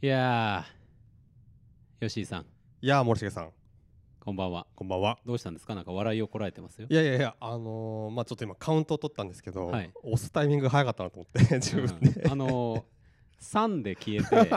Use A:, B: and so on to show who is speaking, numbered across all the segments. A: いやー、吉井さん、
B: いやー森重さん
A: こんばんは。
B: こんばんは
A: どうしたんですかなんか笑いをこらえてますよ
B: い。やいやいやあのーまあちょっと今カウントを取ったんですけど、
A: はい
B: 押すタイミング早かったなと 思って自分で、
A: うんあのー、3で消え て、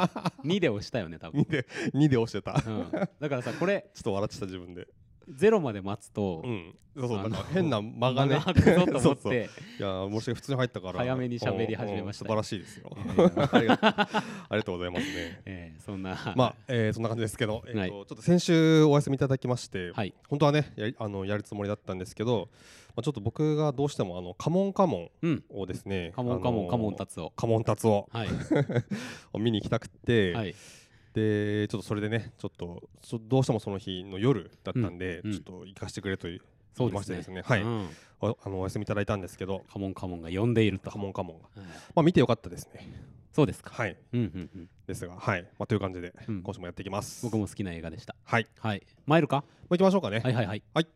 A: 2で押したよね、多分。
B: 2で2で押してた、
A: う
B: ちょ
A: ん、だからさ、これ、
B: っと笑ってた自分で
A: 0まで待つと、
B: うんそうそう
A: あ
B: な
A: の
B: んか変な間がね
A: 間が空くぞと思っ
B: そうそうい
A: て、
B: やー森重普通に入ったから
A: 早めに喋り始めました
B: うんうん素晴らしいですよ
A: え
B: ありがとうありがとうございますね
A: えーそんな、
B: まあ、えーそんな感じですけど、えーと
A: はい
B: ちょっと先週お休みいただきまして、
A: はい
B: 本当はねやりあのやるつもりだったんですけど、まあ、ちょっと僕がどうしてもあのカモンカモン
A: うん、
B: をですね
A: カモンカモン、カモン
B: ツ
A: 達夫。
B: カモンタツを
A: はい、
B: を見に行きたくて、
A: はい、
B: でちょっとそれでねちょっとそどうしてもその日の夜だったんで、
A: うんうん
B: ちょっと行かせてくれと言い
A: そう
B: ま
A: で
B: してですす
A: ね。
B: ねはい、
A: うん
B: おあのお休みいただいたんですけど
A: カモンカモンが呼んでいると
B: カ。モンカモンが
A: はい
B: まあ見てよかったですね
A: そうですか。
B: はい
A: うんうんうん、
B: ですがはい、まあ、という感じで、
A: うん
B: 今週もやっていきます
A: 僕
B: も
A: も好きな映画でした。
B: はい
A: はい、参るか
B: もう行きましょうかね、
A: はいはいはい。
B: はい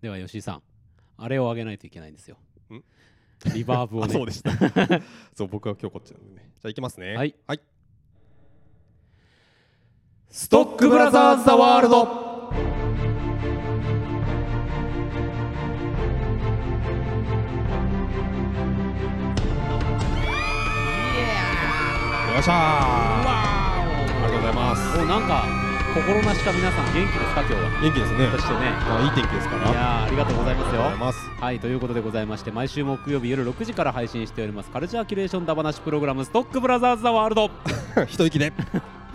A: では吉井さん、あれを上げないといけないんですよ
B: ん。
A: リバーブを
B: あ
A: ね。
B: そう でしたそう僕は今日こっちなんでねじゃあ行きますね
A: はい、
B: はい、
A: ストックブラザーズ・ザ・ワールド
B: よっしゃーありがとうございます
A: もうなんか、心なしか皆さん元気ですか今日は。
B: 元気ですね
A: そしてね、
B: まあいい天気ですから
A: いやーありがとうございます
B: ありがとうござい
A: よ。
B: ます
A: はい、ということでございまして、毎週木曜日夜6時から配信しております、カルチャーキュレーションだばなしプログラム、ストックブラザーズ・ザ・ワー ルド、
B: 一息で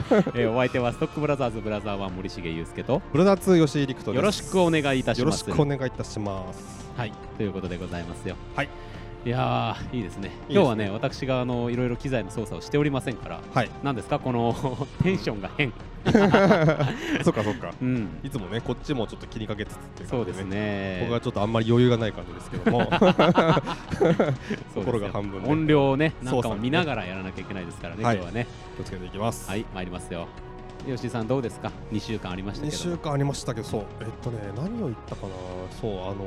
A: えーお相手はストックブラザーズ・ブラザー1、森重裕介と、
B: ブラザー2吉井陸斗で
A: よ
B: す
A: ろしくお願いいたし
B: よ
A: ま
B: ろし
A: す。
B: くお願いいたします
A: はい、ということでございますよ。
B: はい。
A: いやー、いいですね。
B: いいですね
A: 今日はね、私があのいろいろ機材の操作をしておりませんから、
B: はい
A: なんですか、この テンションが変。
B: そっかそっか
A: うん、
B: いつもねこっちもちょっと気にかけつつっていう
A: そう
B: 感
A: で
B: じで、
A: す
B: ね
A: ね。
B: 僕はちょっとあんまり余裕がない感じです けども
A: そうですよ
B: 心が半分で
A: 音量をね、なん
B: 操
A: かも
B: 作にね
A: 見ながらやらなきゃいけないですからね、
B: はい
A: 今日はね。
B: 気をつけていきます、
A: はい、参りますよ。吉井さん、どうですか ?2 週間ありました
B: 2
A: けど
B: 週
A: も。
B: 間ありましたけどそうえっとね何を言ったかなそうあのー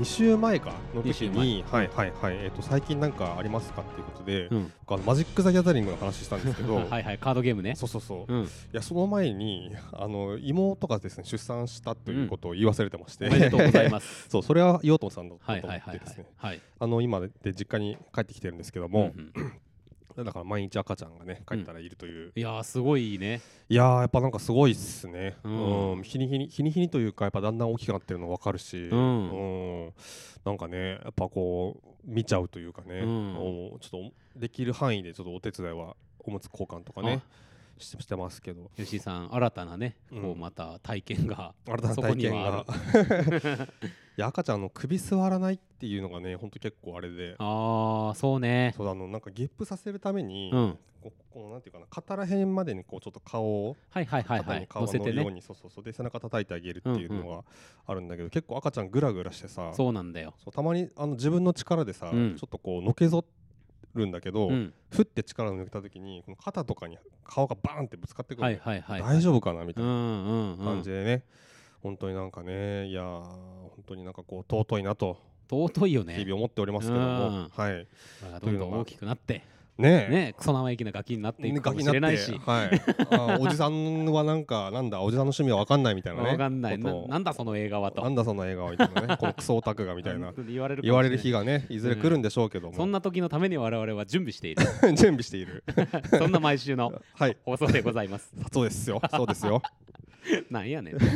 B: 2週前かの
A: 二
B: 時
A: 週
B: に、はいはいはい、えっと最近なんかありますかっていうことで、
A: うん、
B: 僕あのマジック・ザ・ギャザリングの話したんですけど、
A: はいはい、カードゲームね。
B: そうそうそう、
A: う
B: い
A: ん、
B: やその前にあの妹がですね出産したということを言い忘れてまし
A: お
B: て、。
A: めでとうございます
B: そうそれは言おうと思ってた
A: はい
B: んだと
A: はい
B: 思
A: はい
B: ってで
A: は
B: すね
A: い。はい。
B: あの今で実家に帰ってきてるんですけども
A: う、んうん
B: だから毎日赤ちゃんがね帰ったらいるという、
A: いやー、すごいいいね。
B: いやーやっぱなんかすごいっすね、
A: う
B: うんん日に日に日に日にというかやっぱだんだん大きくなってるの分かるし、
A: ん
B: うんなんかねやっぱこう見ちゃうというかね、
A: うん
B: おちょっとできる範囲でちょっとお手伝いはおむつ交換とかねししてますけど
A: 吉井さん新たなね、
B: うん
A: こうまた体験が
B: 新たな
A: そこ
B: 体
A: に
B: 験
A: はある
B: が いや赤ちゃんの首座らないっていうのがねほんと結構あれで
A: ああそうね
B: そうだあのなんかゲップさせるために、
A: うん
B: ここのなんていうかな肩ら辺までにこうちょっと顔を
A: はいはいはいは
B: 肩
A: い
B: に
A: 乗
B: 顔
A: せて
B: のよう
A: ね
B: にそうそうそうで背中叩いてあげるっていうのがあるんだけど、結構赤ちゃんグラグラしてさ
A: そうなんだよ
B: そうたまにあの自分の力でさ、
A: うん
B: ちょっとこうのけぞるんだけど、
A: うん
B: ふって力を抜けた時にこの肩とかに顔がバーンってぶつかってくる
A: は
B: の
A: い
B: よ、
A: はいはい
B: 大丈夫かなみた
A: う
B: い
A: ん
B: な
A: うんう
B: 感
A: ん
B: じでね、本当になんかねいやー本当になんかこう尊いなと
A: 尊いよね
B: 日々思っておりますけども、
A: うん
B: はい
A: まあどんどん大きくなって
B: ねえ
A: ねクソ生意気なガキになっていくかもしれないし
B: ガキになってはい、あおじさんはなんかなんだおじさんの趣味は分かんないみたいなね
A: わかんない
B: こと
A: な
B: を
A: なんだその映画はと
B: なんだその映画はみたいな ねこのクソオタクがみたいな
A: 本当に言われるかもし
B: 言われる日
A: が
B: がねいずれ来るんでしょうけど も、
A: そんな時のために我々は準備している
B: 準備している
A: そんな毎週の
B: はい
A: 放送でございます
B: そうで すよそうですよ
A: なんやねん
B: とい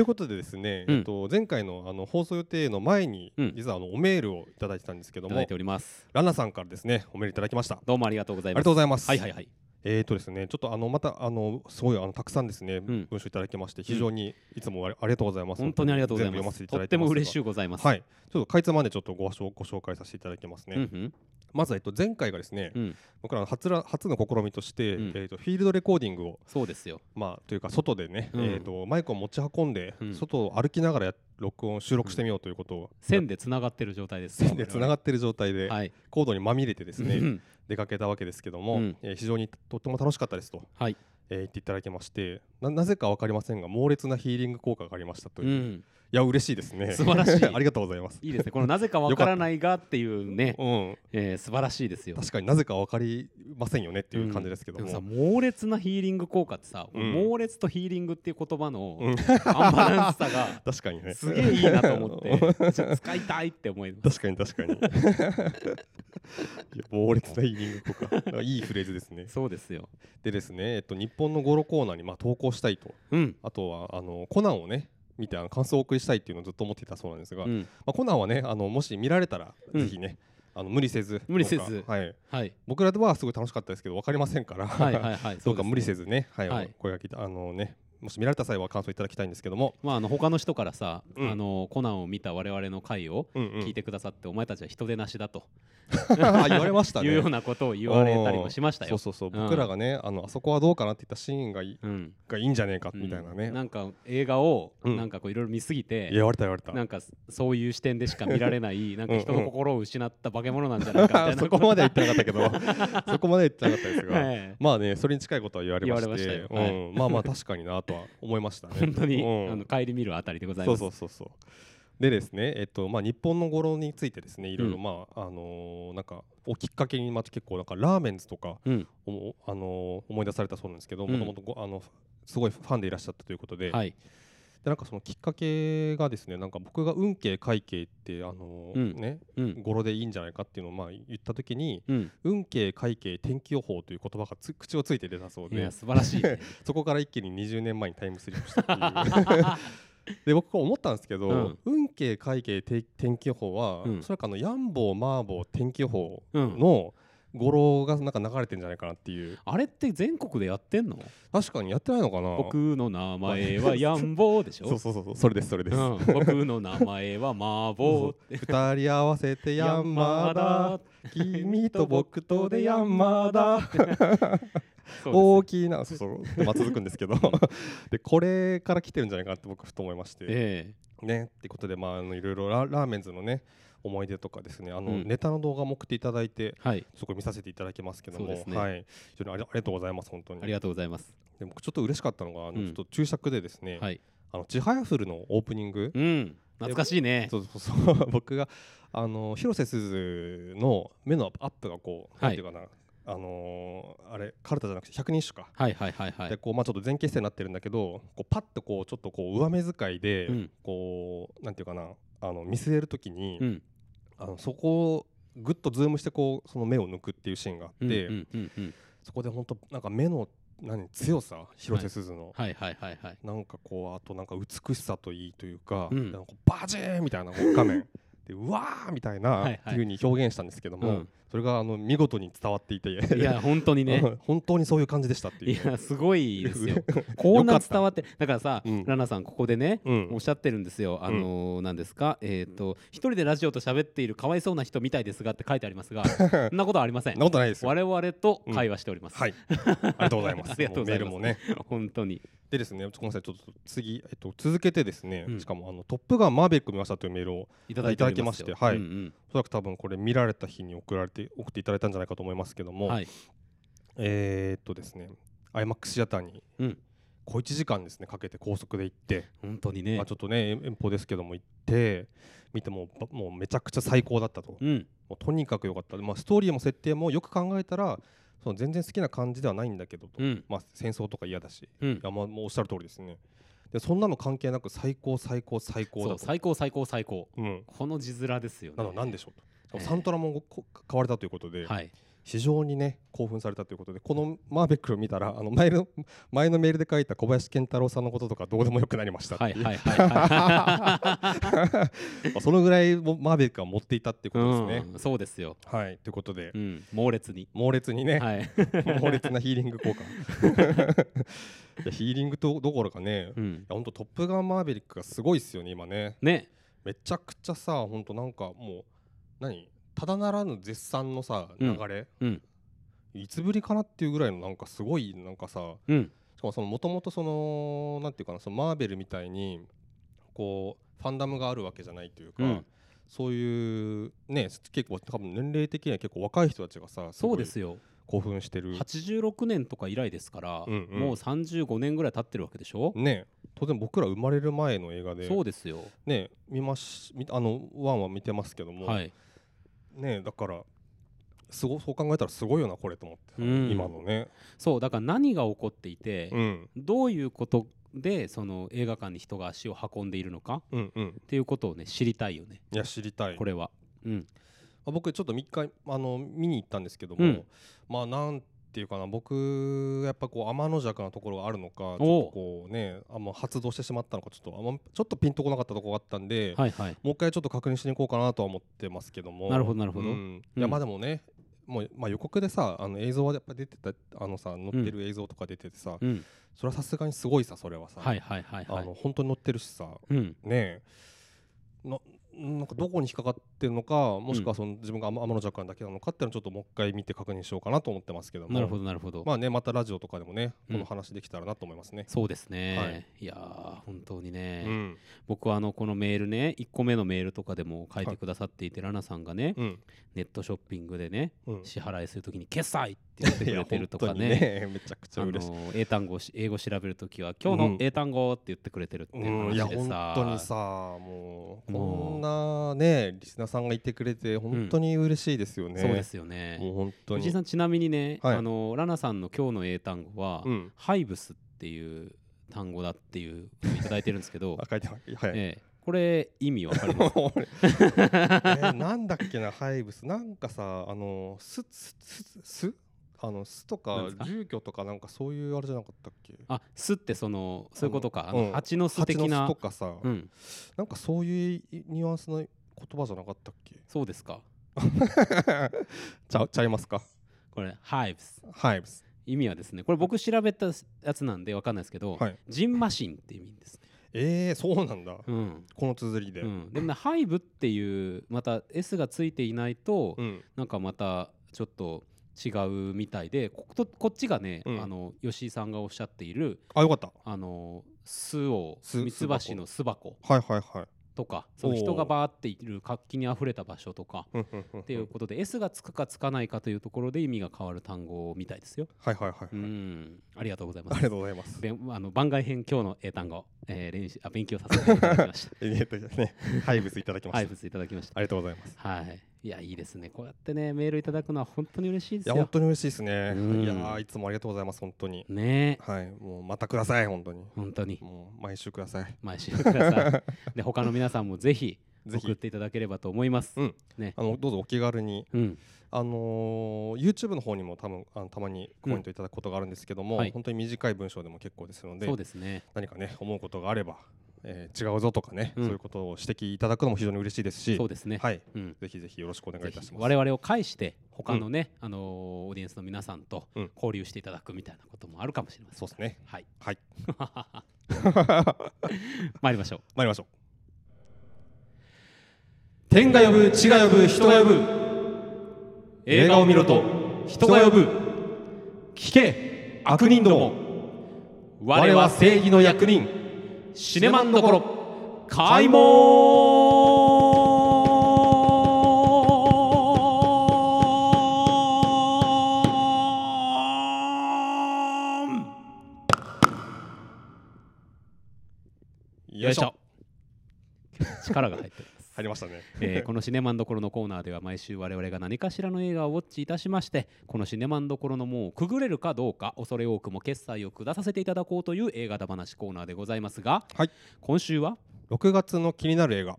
B: うことでですね、
A: うん
B: えっと、前回のあの放送予定の前に、
A: うん
B: 実はあのおメールをいただいてたんですけ
A: い
B: ど
A: ただ
B: も
A: いております
B: ランナさんからですねおメールいただきましたあ
A: どうもありがとうござい
B: り
A: ま
B: が
A: す
B: とうございます
A: はいはいはい
B: えーとですね、ちょっとあのまたあのすごいあのたくさんですね、
A: ん
B: 文章いただきまして非常にいつもありありがとうございます。
A: 本当にありがとうござい
B: 全部
A: ま
B: 読ませ
A: す
B: てい
A: と
B: ただ
A: っ
B: いて
A: て
B: ます
A: も
B: が
A: 嬉しゅうございます
B: はい。ちょっとかいつまんでちょっとご紹ご紹介させていただきますね。
A: うん
B: まずえっと前回がですね、
A: うんうん
B: 僕らの初ら初の試みとして、
A: うん
B: えっとフィールドレコーディングを
A: そうですよ
B: まあというか外でね、
A: うん
B: えっとマイクを持ち運んで、
A: うん
B: 外を歩きながらや録音収録してみようということを、
A: 線でつながってる状態です
B: 線でつなが
A: っ
B: ってる状態で、
A: はい
B: コードにまみれてですね、
A: うん
B: 出かけたわけですけども、
A: うん
B: えー非常にとっても楽しかったですと、
A: はい
B: えー言っていただきましてななぜか分かりませんが猛烈なヒーリング効果がありましたという、
A: う
B: い
A: ん
B: や嬉しいですね
A: 素晴らしい
B: ありがとうございます
A: いいですねこのなぜかわからないがっていうね
B: うん
A: えー素晴らしいですよ
B: 確かになぜか分かりませんよねっていう感じですけど
A: で
B: も、
A: もさ猛烈なヒーリング効果ってさ、
B: うん
A: 猛烈とヒーリングっていう言葉の
B: うん
A: アンバランスさが
B: 確かに ね
A: すげえいいなと思ってちょっと使いたいって思います
B: 確かに確かに いや猛烈なイニングとかなんかいいフレーズですね
A: そうですよ
B: でですね、えっと、日本の語呂コーナーにまあ投稿したいと
A: うん、
B: あとはあのコナンをね見てあの感想をお送りしたいっていうのをずっと思っていたそうなんですが、
A: う
B: ま
A: ん、
B: あ、コナンはねあのもし見られたら
A: うん
B: ぜひね、あの無理せず
A: 無理せず
B: どうかはい、
A: はい
B: 僕らではすごい楽しかったですけど分かりませんから、
A: はい はいはい
B: どうか無理せ
A: ず
B: ずね、はい
A: はい
B: 声が聞いたあのねもし見られた際は感想いただきたいんですけども、
A: まああの他の人からさ、
B: うん
A: あのコナンを見た我々の回を
B: うんうん
A: 聞いてくださって、お前たちは人手なしだと
B: 言われましたね
A: いうようなことを 言われたりもしました
B: そ
A: よ
B: うそうそう、
A: うん
B: 僕らがねあのあそこはどうかなって言ったシーンがいい
A: うん
B: がいいんじゃねえかみたいなね、
A: うんなんか映画を
B: うん
A: なんかこういろいろ見すぎて、
B: 言われた言われた
A: なんかそういう視点でしか見られない なんか人の心を失った化け物なんじゃないかみたいな
B: あ そこまでは言ってなかった けどそこまでは言ってなかったですが、
A: はい
B: まあねそれに近いことは言われまして
A: 言われました
B: う
A: よ
B: んまあまあ確かになとは思いましたね
A: 本当に、
B: うん
A: あの帰り見るあたりでござい
B: そ
A: ま
B: う
A: す
B: そうそうそうでですねえっとまあ日本の語呂についてですねいろいろ
A: うん
B: まあ、あのーなんかをきっかけにまた結構なんかラーメンズとか
A: うん
B: おもあのー思い出されたそうなんですけど
A: うん
B: もともとあのすごいファンでいらっしゃったということで、
A: はい
B: でなんかそのきっかけがですねなんか僕が運慶会慶ってあのー
A: うん
B: ね
A: うん
B: 語呂でいいんじゃないかっていうのをまあ言った時に
A: うん
B: 運慶会慶天気予報という言葉がつ口をついて出たそう
A: い
B: で
A: や素晴ら しいね
B: そこから一気に20年前にタイムスリップした っていうで僕思ったんですけど、
A: うん
B: 運慶会慶て天気予報は、
A: うん
B: おそらくあのヤンボーマーボー天気予報
A: うん
B: の語呂がなんか流れてんじゃないかなっていう
A: あれって全国でやってんの
B: 確かにやってないのかな
A: 僕の名前 はヤンボーでしょ
B: そうそうそうそうそれですそれです、
A: うん、僕の名前は麻婆
B: 二人合わせ て山
A: 山
B: 田君と僕とで山田
A: そう
B: 大
A: です
B: きなそうそうまあ続くんですけど でこれから来てるんじゃないかなって僕ふと思いまして
A: え
B: ねってことでまああのいろいろララーメンズのね思い出とかですねあの、
A: うん
B: ネタの動画も送っていただいて
A: えはい
B: そこ見させていただきますけども、
A: そうですね
B: はい非常にありありがとうございます本当に
A: ありがとうございます
B: で僕ちょっと嬉しかったのがあの、
A: うん
B: ちょっと注釈でですね、
A: はい
B: あのちはやふるのオープニング、
A: うん懐かしいね
B: そうそうそう 僕があの広瀬すずの目のアップがこう、
A: はい
B: なんていうかなあのーあれカルタじゃなくて百人種か、
A: はいはいはいは
B: で
A: い
B: こうまあちょっと前傾姿勢になってるんだけどこうパッとこうちょっとこう上目遣いで、
A: うん
B: こうなんていうかなあの見据えるときに、
A: うん
B: あのそこをぐっとズームしてこうその目を抜くっていうシーンがあっ
A: うん
B: て、
A: うんうんうん
B: そこで本当なんか目の何強さ広瀬すずの、
A: はいはいはいはい
B: なんかこうあとなんか美しさといいというか,、
A: うん
B: なんかこうバジーンみたいなこう 画面でうわーみたいな
A: はいはい
B: っていうふうに表現したんですけども、
A: うん
B: それがあの見事に伝わっていて
A: いや本当に ね
B: 本当にそういう感じでしたってい。
A: いうやすごいです よこんな伝わってだからさ、
B: うん
A: ラナさんここでね
B: うん
A: おっしゃってるんですよ、あのー、なんですか、えっ、と、一人でラジオと喋っているかわいそうな人みたいです がって書いてありますが、そんなことはありません
B: そんな。ことないですよ。
A: 我々と会話しております。
B: はい、ありがとうございま す。
A: ありがとうございます
B: もうメールもね。
A: 本当に。
B: でですね、ちょっとごめんなさい、ちょっと次、えっと、続けてですね、
A: うん
B: しかもあのトップガンマーベック見ましたというメールを、
A: いただいておりますよ
B: いただきましてはい
A: うんうん
B: おそらく多分これ見られた日に送られて送っていただいたんじゃないかと思いますけども、
A: はい。
B: えー、っとですね、IMAX シアターに
A: うん。
B: 小1時間ですねかけて高速で行って、
A: 本当にね。
B: まあ、ちょっとね遠方ですけども行って見てもばもうめちゃくちゃ最高だったと、
A: うん。
B: もうとにかく良かった、まあ、ストーリーも設定もよく考えたらその全然好きな感じではないんだけどと、
A: うん。
B: まあ、戦争とか嫌だしい
A: うん。
B: や、まあ、もうおっしゃる通りですねでそんなの関係なく最高最高最高
A: そ
B: だ
A: う、
B: と
A: 最高最高最高。
B: うん、
A: この字面ですよね。
B: なのなんでしょうと、
A: ええ
B: サントラもこ買われたということで、
A: はい。
B: 非常にね興奮されたということでこのマーベックを見たらあの前の 前のメールで書いた小林健太郎さんのこととかどうでもよくなりましたって
A: はいいうはいは
B: まあそのぐらいもマーベックは持っていたってい
A: い。
B: うことですね。
A: うん。そうですよ。
B: はいということで、
A: うん。猛烈に。
B: 猛烈にね、
A: はい。
B: 猛烈なヒーリング効果 いやヒーリングとどころかね、
A: う
B: い
A: ん。
B: やほんと「トップガンマーヴェリック」がすごいっすよね今ね
A: ね。
B: めちゃくちゃさほんとなんかもう何ただならぬ絶賛のさ
A: う
B: 流
A: ん
B: れ、
A: うん。
B: いつぶりかなっていうぐらいのなんかすごいなんかさ
A: うん。
B: しかもそのもともとそのなんていうかなそのマーベルみたいにこうファンダムがあるわけじゃないというか、
A: うん
B: そういうね結構多分年齢的には結構若い人たちがさ
A: そうですすよ。
B: ごい興奮してる
A: 86年とか以来ですから、
B: うんうん
A: もう35年ぐらい経ってるわけでしょ、
B: ね当然僕ら生まれる前の映画で
A: そうですよ、
B: ね見まし見あのワンは見てますけども、
A: はい
B: ねだからすごそう考えたらすごいよなこれと思って、
A: うん
B: 今のね、
A: そうだから何が起こっていて、
B: うん、
A: どういうことでその映画館に人が足を運んでいるのか
B: うんうん
A: っていうことをね知りたいよね
B: いや知りたい
A: これは。うん
B: まあ、僕ちょっと3日あの見に行ったんですけども、
A: うん
B: まあなんていうかな僕やっぱこう天の弱なところがあるのかちょっとこうねあんま発動してしまったのかちょっとあんまちょっとピンとこなかったところがあったんで、
A: はいはい、
B: もう一回ちょっと確認しに行こうかなとは思ってますけども
A: なるほどなるほど
B: うん
A: うん
B: いやまあでもねもうまあ予告でさあの映像はやっぱ出てたあのさ載ってる映像とか出ててさ、
A: うん、
B: それはさすがにすごいさそれはさ、
A: はいはいはいは
B: あ
A: い
B: の。本当に載ってるしさ
A: うん
B: ねえななんかどこに引っかかってるのかもしくはその自分が天天の弱冠だけなのかっていうのをちょっともう一回見て確認しようかなと思ってますけども
A: なるほどなるほど、
B: まあねまたラジオとかでもね
A: うん
B: この話できたらなと思いますね。
A: そうですね、、
B: はい
A: やー本当に
B: う
A: ね、
B: ん
A: 僕はあのこのメールね1個目のメールとかでも書いてくださっていて、ラナさんがね、
B: うん
A: ネットショッピングでね
B: うん
A: 支払いするときに「決済!」って言ってくれてるとかね
B: いや本当にめちゃくちゃ
A: あの
B: 嬉しい。
A: 英単語し英語調べるときは「今日の
B: うん
A: 英単語」って言ってくれてるっていう
B: うん、いや
A: 話
B: 本
A: でさ,、
B: 当にさも
A: もう
B: うこんなねリスナーさんがいてくれて本当に嬉しいですよね。
A: そうですよね。
B: もう本当に。
A: 藤井さんちなみにね、
B: はい
A: あのラナさんの今日の英単語は「
B: うん、
A: ハイブス」っていう単語だっていうのをいただいてるんですけど
B: あ、書いてます。 はい。
A: ええ、これ意味わ かり ます
B: もう俺えなんだっけなハイブスなんかさあのすすすすあの巣と
A: なん
B: か
A: ですか
B: 住居とかなんかそういうあれじゃなかったっけ
A: あ巣ってそのそういうことかあ
B: あの
A: の
B: うん
A: 蜂の巣的な
B: 蜂の巣とかさ、
A: うん
B: なんかそういうニュアンスの言葉じゃなかったっ け
A: そうですか
B: ちゃうちゃいますか
A: これハイブス
B: ハイブス
A: 意味はですねこれ僕調べたやつなんでわかんないですけど、
B: はい
A: ジンマシンっていう意味ですね
B: えー、そうなんだ、
A: うん、
B: この綴りで、
A: うん、でもねハイブっていうまた S がついていないと、
B: うん
A: なんかまたちょっと違うみたいでこことこっちがね、
B: うん
A: あの吉井さんがおっしゃっている
B: あよかった
A: あの巣を
B: 巣
A: ミツバチの巣箱
B: はいはいはい
A: とかその
B: おー
A: 人がバーっている活気にあふれた場所とか
B: うんうんうんうん
A: っていうことで S がつくかつかないかというところで意味が変わる単語みたいですよ。
B: はいはいはい、
A: う
B: はい
A: ん、ありがとうござい
B: あ
A: ま
B: り
A: す
B: が。とうございます
A: であの番外編今日の英単語、えー練習あ勉強させていただきまし
B: えーっとねハイブスいただき
A: た。
B: ま
A: はい、
B: した
A: 物いただきました。
B: ありがとうございます
A: はい、いやいいですね。こうやってねメールいただくのは本当に嬉しい
B: い
A: です
B: や本
A: よ。
B: 当に嬉しいですね。
A: うん
B: いやーいつもありがとうございます本当に。
A: ねえ、
B: はいもうまたください本当に。
A: 本当に
B: もう毎週ください。
A: 毎週くだ さい。で他の皆さんもぜひ
B: ぜ
A: 送っ
B: ひ
A: ていただければと思います。
B: うん
A: ね、
B: あのどうぞお気軽に
A: うん、
B: あのー YouTube の方にも多分あのたまにコメントいただくことがあるんですけども、
A: はい
B: 本当に短い文章でも結構ですので
A: そうですね。
B: 何かね思うことがあれば、えー違うぞとかね、
A: うん
B: そういうことを指摘いただくのも非常に嬉しいですし
A: そうですね。
B: はい
A: うん。
B: ぜひぜひよろしくお願い
A: ぜ
B: いたし
A: ひ
B: ます。
A: 我々を介して他のね、あのーオーディエンスの皆さんと
B: うん
A: 交流していただくみたいなこともあるかもしれません。
B: そうですね。
A: はい。
B: はい
A: 参りましょう。
B: 参りましょう。天が呼ぶ地が呼ぶ人が呼ぶ。映画を見ろと人が呼ぶ
A: 聞け
B: 悪人ども
A: 我
B: 我
A: は
B: は
A: 正義
B: 正義
A: の
B: の役人
A: シネマンどころ開門よいしょ力が入っております
B: 入りましたね
A: えー このシネマンどころのコーナーでは毎週我々が何かしらの映画をウォッチいたしましてこのシネマンどころの門をくぐれるかどうか恐れ多くも決済を下させていただこうという映画だ話コーナーでございますが、
B: はい
A: 今週は
B: 6月の気になる映画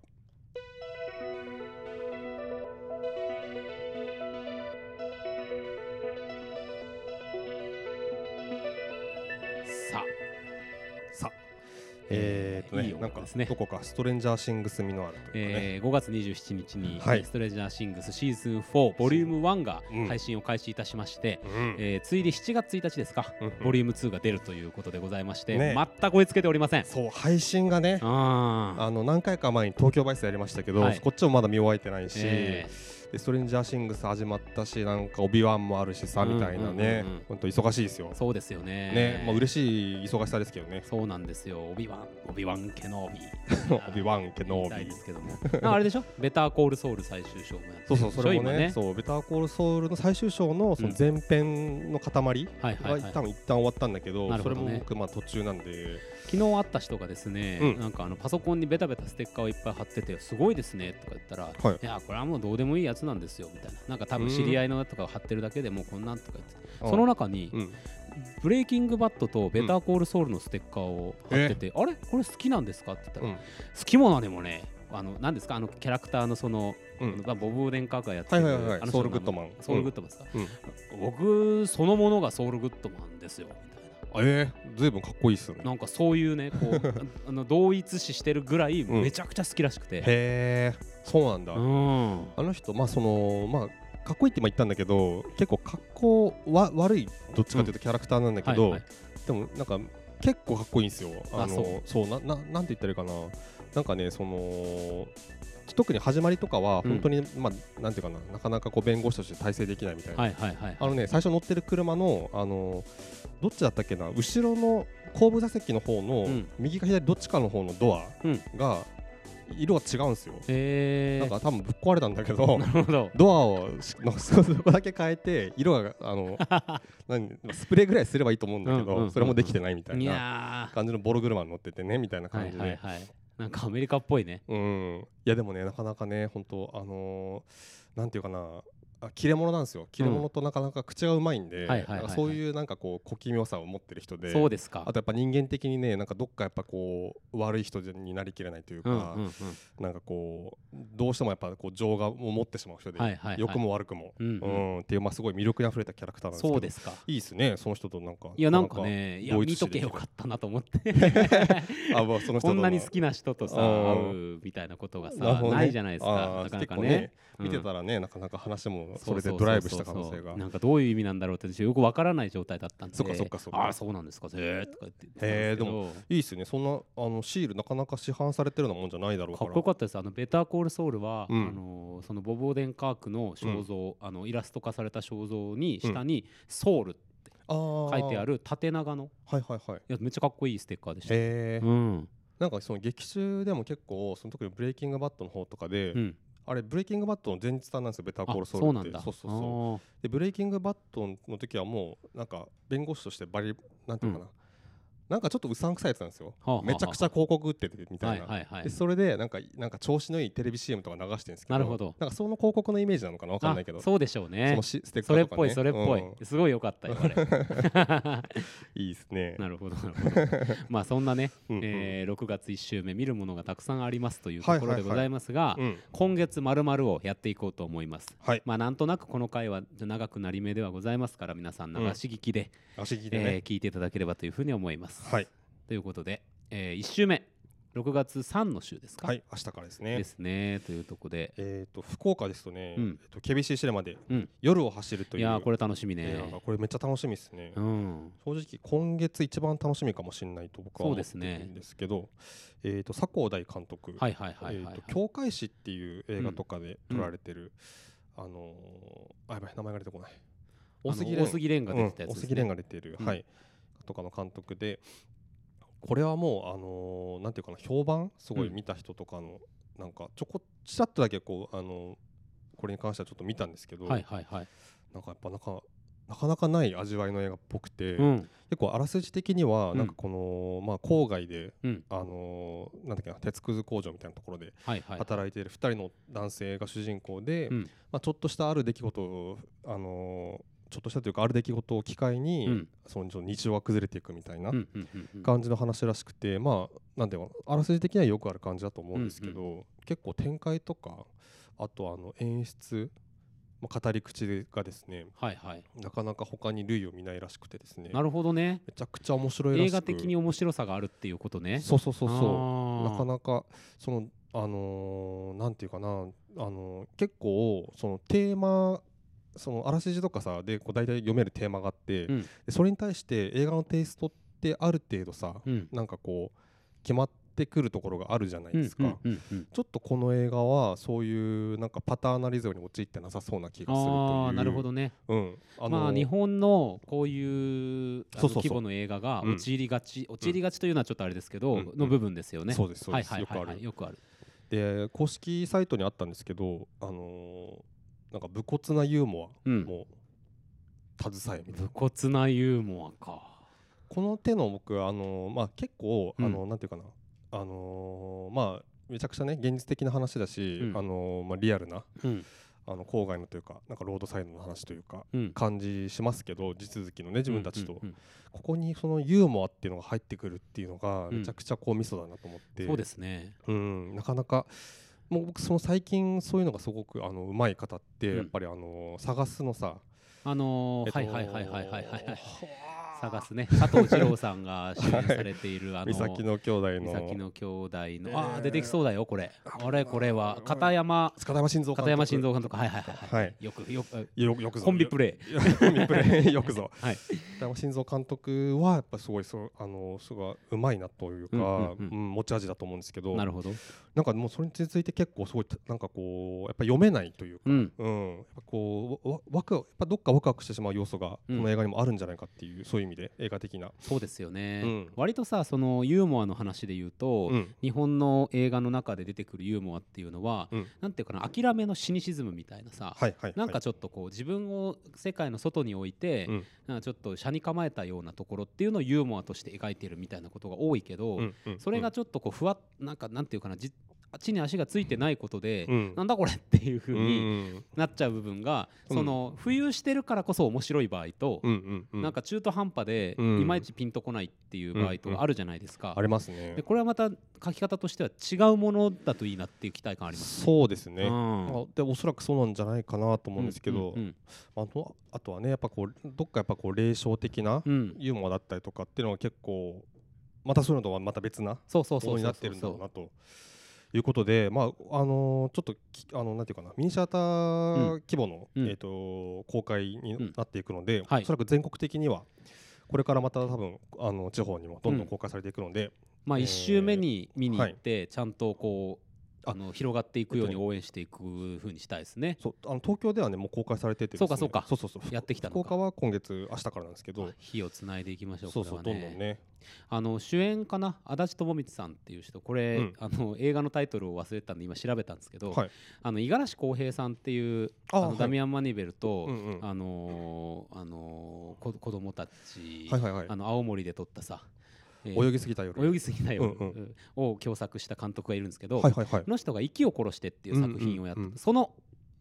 A: さあ
B: さ
A: え
B: え
A: ー
B: ーとね
A: いい音
B: なん
A: 楽
B: か
A: ですね
B: どこかストレンジャーシングス味のあるというかね、
A: えー、5月27日に、
B: はい
A: ストレジャーシングスシーズン4ボリューム1が
B: うん
A: 配信を開始いたしまして、
B: うん
A: えーついで7月1日ですか、
B: うんうん
A: ボリューム2が出るということでございまして、
B: ね
A: 全く追いつけておりません。
B: そう配信がね
A: あー
B: あの何回か前に東京バイスやりましたけど、
A: はい
B: こっちもまだ見終えてないし、
A: え
B: でストレンジャーシングス始まったしなんか帯ワンもあるしさみたいなね、
A: うんうんうんうん
B: ほんと忙しいですよ
A: ーそうですよね。
B: ね、まあ嬉しい忙しさですけどね
A: そうなんですよ、オビワン、オビワン・ケノービ
B: 帯ワンけ
A: 言
B: の
A: いたいですけども、ああれでしょ、ベターコールソウル最終章もやってる
B: そ うそうそれもね
A: でしょ
B: そうベターコールソウルの最終章のその前編の塊
A: 今はいは
B: はい
A: はい、
B: 多分一旦終わったんだけど,、
A: なるほ
B: そ
A: ど
B: れ
A: ね
B: も僕まあ途中なんで
A: 昨日会った人がですね、
B: うん
A: なんかあのパソコンにベタベタステッカーをいっぱい貼ってて、すごいですねとか言ったら、いや、これはもうどうでもいいやつ月なんですよみたいななんか多分知り合いのとかを貼ってるだけでもうこんなんとか言って
B: うん
A: その中に
B: うん
A: 「ブレイキングバット」と「ベターコールソウル」のステッカーを貼ってて「あれこれ好きなんですか?」って言った
B: う
A: ら
B: ん
A: 「好きも何もねあの何ですかあのキャラクターのその
B: う
A: あの
B: ん
A: ボブ・オーデンカーがやって
B: はい
A: る
B: はいはい
A: あの人の名前
B: ソウルグッドマン
A: ソウルグッ
B: ッ
A: ドマンですか、
B: うん
A: 僕そのものがソウルグッドマンですよみたいな
B: ドええずいぶんかっこいいっすよね
A: なんかそういうねこう ああの同一視してるぐらい
B: うん
A: めちゃくちゃ好きらしくて、
B: へえそうなんだ
A: うん
B: あの人まあそのまあかっこいいって今言ったんだけど結構格好わ悪いどっちかというとキャラクターなんだけど、
A: はいはい
B: でもなんか結構かっこいいんですよ。
A: あ
B: あの
A: そ
B: そうなななんて言ったらいいかな。なんかねその特に始まりとかは
A: うん
B: 本当に、まあなんていうかななかなかこう弁護士として体制できないみたいな。
A: はいはいはい
B: あのね最初乗ってる車のあのどっちだったっけな後ろの後部座席の方の、
A: うん
B: 右か左どっちかの方のドア
A: うん
B: が、色が違うんですよ。
A: え
B: なん
A: ー、
B: か多分ぶっ壊れたんだけど。
A: なるほど
B: ドアをしのそそこだけ変えて色が あの何スプレーぐらいすればいいと思うんだけ
A: うんうんうんう
B: ど
A: ん
B: それもできてないみたい
A: いや
B: な感じのボロ車に乗っててねみたいな
A: ーは
B: 感
A: い
B: じ
A: はい
B: で
A: はいなんかアメリカっぽいね
B: うんいやでもねなかなかね本当あのーなんていうかなあ切れ者なんですよ切れ者となかなか口がうまいん
A: は
B: で
A: いはいはいはい
B: なんかそういうなんかこう小気味よさを持ってる人で
A: そうですか
B: あとやっぱ人間的にねなんかどっかやっぱこう悪い人になりきれないという
A: うんうん
B: か
A: うん
B: なんかこうどうしてもやっぱこう情がを持ってしまう人で
A: はいはいはい
B: 良くも悪くも
A: うん
B: う
A: うん
B: んっていうまあすごい魅力にあふれたキャラクターなんですけど
A: そうですか
B: いいですねその人となんか
A: いやなんかねいや
B: 同
A: 見
B: 一視
A: と
B: でき
A: け
B: る
A: よかったなと思って
B: あまあその
A: こ
B: 人
A: とんなに好きな人とさ
B: うん
A: 会うみたいなことがさ
B: る
A: な,、
B: ほどね
A: いじゃないですか
B: あ
A: な
B: ー
A: かなか
B: 結構
A: ね
B: 見てた
A: ら
B: らねなかなか話もそれでドライブした可能性が
A: なんかどういう意味なんだろうって私よくわからない状態だったんで
B: そっかそっかそっか
A: ああそうなんですかへえとか言って言ってたんですけど
B: へいいっすねそんなあのシールなかなか市販されてるようなもんじゃないだろう
A: か
B: か
A: っ
B: ら
A: こよかったですあのベターコールソウルは、
B: うん
A: あのーそのボブ・オーデンカークの肖像、あのイラスト化された肖像に下に「ソウル」って
B: あー
A: 書いてある縦長の
B: はいはいはいへ
A: いやめっちゃかっこいいステッカーでした、
B: え
A: うん
B: なんかその劇中でも結構その特にブレイキングバットの方とかで、
A: うん、
B: あれブレイキングバットの前日なんですよベターコールソ
A: あそう
B: ウル
A: な
B: っ
A: ん
B: て
A: だ
B: そうそうそうでブレイキングバットンの時はもうなんか弁護士としてバリなんていうのかな、なんかちょっとうさんくさいやつなんですよ、
A: はあはあはあ
B: めちゃくちゃ広告打っててみ
A: あー
B: た
A: はいい
B: な、
A: はいはい
B: でそれでなんかなんか調子のいいテレビ CM とか流してるんですけ
A: な
B: ど
A: るほど
B: なんかその広告のイメージなのかなわかんないけど
A: あそうでしょうね
B: のしステッカ
A: それ
B: ー
A: っ
B: とか、ね、
A: ぽいそれっぽい、
B: うん
A: すごい良かったよあれ
B: いいですね
A: なるほどなるほど まあそんなね、
B: うんうん
A: えー6月1週目見るものがたくさんありますという
B: は
A: とこ
B: い
A: ろ
B: はいはい
A: でございますが、
B: うん
A: 今月まるまるをやっていこうと思います
B: はい
A: まあなんとなくこの回は長くなり目ではございますから皆さん流し聞きで、
B: 足利で
A: え
B: ね
A: ー、聞いていただければというふうに思います、
B: はい
A: ということで、え1週目6月3の週ですか、
B: はい明日からですね
A: ですねというとこで
B: えっ、と福岡ですとね、
A: うん
B: えっとケビシシレまで
A: うん
B: 夜を走ると
A: い
B: いう
A: やーこれ楽しみ
B: 映
A: ね
B: 画がこれめっちゃ楽しみですね、
A: うん
B: 正直今月一番楽しみかもしれないと僕は
A: そう
B: 思
A: で
B: っ
A: す
B: てる
A: ね
B: んですけどえー、と佐光大監督
A: はいはいはいはい、
B: え
A: は
B: ー
A: い
B: と教会誌」っていう映画とかで
A: うん
B: 撮られてる、あのーあやばい名前が出てこない
A: 大杉蓮大杉蓮が出てたや
B: う
A: つで
B: ん大
A: す、ね
B: 杉蓮が出てる、
A: うん
B: はいとかの監督でこれはもうあのーなんていうかな評判すごい
A: うん
B: 見た人とかの、なんかちょこちらっとだけこうあのーこれに関してはちょっと見たんですけど、
A: はいはいはい、
B: なんかやっぱなんかなかなかない味わいの映画っぽくて、
A: うん
B: 結構あらすじ的に
A: う
B: は
A: ん
B: なんかこの、まあ、郊外で、
A: うん
B: あのーなんだっけな鉄くず工場みたいなところで
A: はいはい
B: 働いている2人の男性が主人公で、
A: うん
B: まあ、ちょっとしたある出来事を、あのーちょっとしたというかある出来事を機会に、
A: うん
B: そのちょっと日常が崩れていくみたいな
A: うんうんうんうん
B: 感じの話らしくて、まあなんていうのかなあらすじ的にはよくある感じだと思うんですけど、結構展開とかあとあの演出、まあ、語り口がですね
A: はいはい
B: なかなか他に類を見ないらしくてですね
A: なるほどね
B: めちゃくちゃ面白いらし
A: 映
B: く
A: 画的に面白さがあるっていうことね
B: そうそうそうそう
A: う
B: なか
A: か
B: なかそのあのーなんていうかなあのー結構そのテーマそのあらすじとかさでこう大体読めるテーマがあって、
A: うん
B: でそれに対して映画のテイストってある程度さ、
A: うん
B: なんかこう決まってくるところがあるじゃない
A: うん
B: ですか、
A: うんうんうん
B: ちょっとこの映画はそういうなんかパターナリズムに陥ってなさそうな気がするという
A: ああなるほ、どね、
B: うんあのー
A: まあ日本のこういうあの
B: そうそうそう
A: 規模の映画が
B: うん
A: 陥りがち、陥りがちというのはちょっとあれですけど、
B: うん
A: の部分ですよね
B: そうですそう
A: はい
B: です、
A: はいはい、
B: よく
A: は
B: あ
A: い、
B: る
A: よくある
B: で公式サイトにあったんですけどあのーなんか武骨なユーモ
A: う
B: ア
A: ん
B: も携えみたいな、
A: 武骨なユーモアか
B: この手の僕あのーまあ結構
A: うん
B: あのーなんていうかなあのーまあめちゃくちゃね現実的な話だし、
A: うん
B: あのーまあリアルな
A: うん
B: あの郊外のというかなんかロードサイドの話というか
A: うん
B: 感じしますけど地続きのね自分たちと、
A: うんうん
B: ここにそのユーモアっていうのが入ってくるっていうのが
A: うん
B: めちゃくちゃこうミソだなと思って、
A: うんそうですね
B: うん、なかなかもう僕その最近そういうのがすごくあのうまい方って、
A: うん
B: やっぱりあの探すのさ、
A: あのー
B: えっと
A: はいはいはいはいはいはいはい
B: はあ
A: 探すね佐藤二郎さんが主演されているあの
B: 美咲の兄弟
A: 三崎
B: の
A: の兄弟
B: ね
A: の
B: え
A: あー出てきそうだよこれ
B: あ
A: あれこれは
B: うん
A: 片山
B: 片山晋三監督
A: 片山晋三監督はいはいはい、は
B: はいい、
A: よ くよく
B: よよくぞ
A: コンビプレ
B: いやコンビプレイ よくぞ
A: イはい
B: 片山晋三監督はやっぱすごいそうあのすごいうまいなというか、
A: う
B: うんん
A: うんうん
B: 持ち味だと思うんですけど
A: なるほど
B: なんかもうそれに続いて結構すごいなんかこうやっぱ読めないというか、
A: うん
B: うん、やっぱこうわわワクやっぱどっかワクワクしてしまう要素がこ
A: うん
B: の映画にもあるんじゃないかっていう、そういう意味で映画的な、
A: そうですよね、
B: うん
A: 割とさそのユーモアの話で言うと、
B: うん
A: 日本の映画の中で出てくるユーモアっていうのは、
B: うん
A: なんていうかな諦めのシニシズムみたいなさ、
B: はいはい
A: なんか
B: はい
A: ちょっとこう自分を世界の外に置いて、
B: うん
A: なんかちょっと車に構えたようなところっていうのをユーモアとして描いてるみたいなことが多いけど、
B: うんうん
A: それがちょっとこうふわっなんかなんていうかなじ地に足がついてないことで、
B: うん
A: なんだこれっていう風に
B: うん
A: なっちゃう部分が、
B: うん
A: その浮遊してるからこそ面白い場合と、
B: うんうんうん
A: なんか中途半端でい
B: うん
A: まいちピンとこないっていう場合とかあるじゃないですか。
B: ありますね
A: でこれはまた書き方としては違うものだといいなっていう期待感あります。
B: そうですね、
A: うん
B: あでおそらくそうなんじゃないかなと思うんですけど、
A: うんうん
B: あとあとはねやっぱこうどっかやっぱこう霊障的な
A: うんうん
B: ユーモアだったりとかっていうのは結構またそういうのとはまた別な
A: そうそう
B: も
A: そう
B: のになってるんだろうなということで、まああのーちょっときあのなんていうかなミニシアター規模の、
A: うん
B: えー、と公開
A: うん
B: になっていくので、
A: はい
B: おそらく全国的にはこれからまた多分あの地方にもどんどん公開されていくので、
A: まあ
B: えー
A: 1周目に見に行ってちゃんとこうあの広がっていくように応援していくふうにしたいですね。
B: そうあの東京ではねもう公開されててですね、
A: そうか
B: そうそうそう
A: やってきた
B: 福
A: の
B: 岡
A: か。
B: は今月明日からなんですけど、
A: あ火をつないでいきましょう。
B: そうそう、
A: これ
B: ど
A: は
B: んどんね
A: あの主演かな足立智光さんっていう人これ、
B: うん
A: あの映画のタイトルを忘れてたんで今調べたんですけど、
B: はい
A: あの五十嵐浩平さんっていう
B: あ
A: あの
B: はい
A: ダミアン・マニベルと、
B: うんうん
A: あのーあのーこ子供たち、
B: はいはいはい
A: あの青森で撮ったさ、えー
B: 泳ぎすぎた夜
A: 泳ぎすぎないよ、
B: うんう
A: を共作した監督がいるんですけど、
B: はいはいはい
A: この人が「息を殺して」っていう作品をやって、
B: うんうんうん
A: その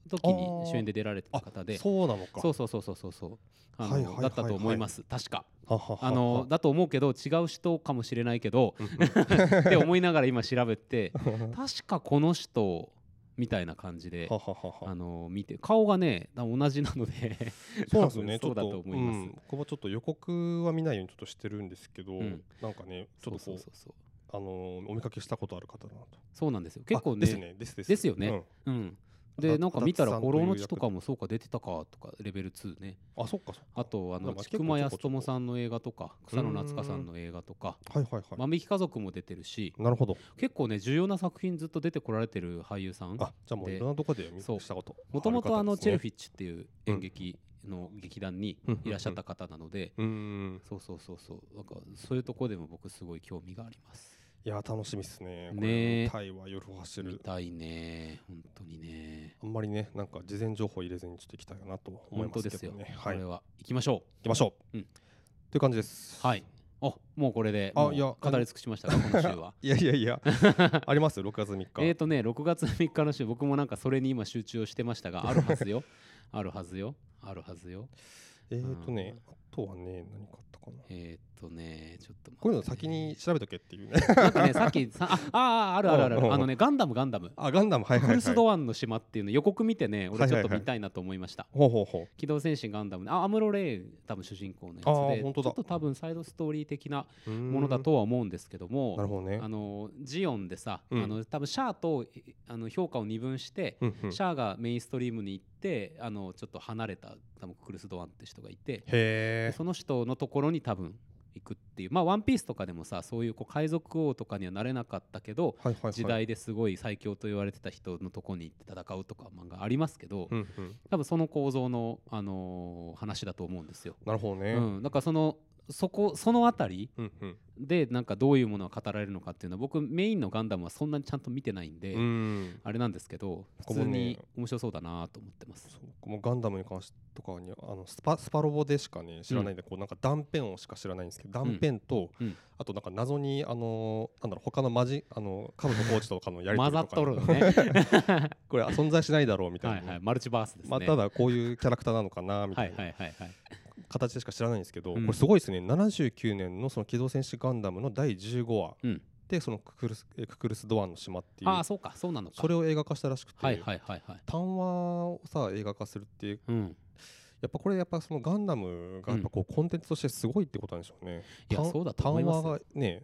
A: 時に主演で出られてた方で
B: そうなのか
A: そうそうそうそうそうそうあの、
B: はいはいはいはい
A: だったと思います確か
B: ははは
A: あのだと思うけど違う人かもしれないけ ど って思いながら今調べて確かこの人みたいな感じで
B: はははは
A: あの見て顔がねだ同じなので
B: そうなんですよね。
A: 多分そうだ
B: ち
A: と
B: ょっ
A: 思います
B: うん僕もちょっと予告は見ないようにちょっとしてるんですけど、
A: うん
B: なんかね、ちょっとこう
A: そうそうそうそう
B: あのーお見かけしたことある方だなと。
A: そうなんですよ結構
B: あ
A: ね
B: ですね、ですです。
A: ですよね
B: うん
A: うん、
B: あ
A: で
B: だ
A: なんか見たら「
B: 足立さんと
A: 五
B: い
A: 郎
B: う
A: の地」とかもそうか出てたかとかレベル2ね
B: あ、そっかそっか。
A: あとあ
B: ま
A: の
B: あまあ
A: 菊間
B: 結
A: 康
B: 構ちょこちょこ
A: 友さんの映画とか草野夏香さんの映画とか
B: はいはい
A: 「
B: は
A: 万引き家族」も出てるし
B: い。なるほど。
A: 結構ね重要な作品ずっと出てこられてる俳優さん
B: あ、じゃあもう
A: で
B: いろんなとこで見
A: そう
B: したこと。
A: もともとあのチェルフ
B: ィ。
A: ィッチっていう演劇の劇団にいらっしゃった方なので、
B: うーん。
A: そうそうそうそう、なんかそういうとこでも僕すごい興味があります。
B: いや楽しみですね。
A: ねえ
B: タイは夜を走
A: 見
B: る。
A: たいね、本当にね。
B: あんまりね、なんか事前情報入れずにちょっと行きたいなと思い
A: 本
B: ま
A: 当
B: す
A: で
B: け
A: すよ。
B: どね。
A: こ
B: はい。
A: れ
B: 行
A: は行きましょ
B: きましょう。
A: うん
B: という感じです。
A: う。はい。あ、もうこれで
B: あ
A: もう
B: いや
A: 語り尽くしました
B: 。
A: か今週は
B: いやいや いや、ありますよ、6月3日。
A: えーとね、6月3日の週、僕もなんかそれに今集中をしてました が、あるはずよ。あるはずよ。あるはずよ。
B: えーとね、あとはね、何かあったかな。
A: えーとね、ちょっと待ってね
B: こういうの先に調べとけっていうね。
A: なんかね、さっきさ、ああー、あるあるあ
B: うんうんう
A: る。
B: ん
A: あのね、ガンダム、ガンダム。
B: あ、ガンダム、はいはい
A: ク
B: はい。
A: ルスドアンの島っていうの予告見てね俺ちょっと
B: はいはいはい
A: 見たいなと思いました、
B: ほうほうほ
A: 機動戦士ガンダムあアムロ・レイ多分主人公の
B: あ
A: やつ
B: ー
A: で
B: 本当
A: ちょ
B: だ
A: っと多分サイドストーリー的な
B: う。
A: ものだとは思うんですけど
B: うーん。なる
A: も
B: ほどね
A: あ。のジオンでさ、
B: うん
A: あの多分シャアといあの評価を二分して、
B: うんうん
A: シャアがメインストリームに行ってあのちょっと離れた多分クルス・ドアンって人がいて
B: へえ。
A: その人のところに多分行くっていうまあ「ワンピースとかでもさそういうこう海賊王とかにはなれなかったけど、
B: はいはいはい。
A: 時。代ですごい最強と言われてた人のとこに行って戦うとか漫画ありますけど、
B: うんうん。
A: 多分その構造の、あのー話だと思うんですよ。
B: なるほど
A: う
B: ね。
A: ん、だからそのそこそのあたり
B: うんうん
A: でなんかどういうものが語られるのかっていうのは僕メインのガンダムはそんなにちゃんと見てないんで、
B: うん
A: あれなんですけど普
B: 僕
A: 通
B: もね
A: に面白そうだなと思ってます。
B: そう僕もガンダムに関してとかにあのスパスパロボでしかね知らないんで、こうなんか断片をしか知らないんですけど断片と、
A: うん
B: あとなんか謎にあのなんだろう他のマジあのカブトコーチとかのやり取
A: 混
B: り
A: ざ
B: と
A: っ
B: か
A: とるのね。
B: これ存在しないだろうみた
A: は
B: いな、
A: いはい、マルチバースですね。
B: まあ、ただこういうキャラクターなのかなみた
A: はいいは
B: ない
A: はいはい。
B: 形でしか知らないんですけど、
A: うん
B: これすごいですね79年のその機動戦士ガンダムの第15話、
A: うん
B: でそのククルスえククルス・ドアンの島っていう
A: ああそうかそうなのか。
B: それを映画化したらしくて、
A: はいはいはいはい。
B: 単話をさ映画化するっていう
A: うん。
B: やっぱこれやっぱそのガンダムがやっぱこうコンテンツとしてすごいってことなんでしょうね。
A: いや
B: 単
A: そうだと思いますよ
B: 単話がね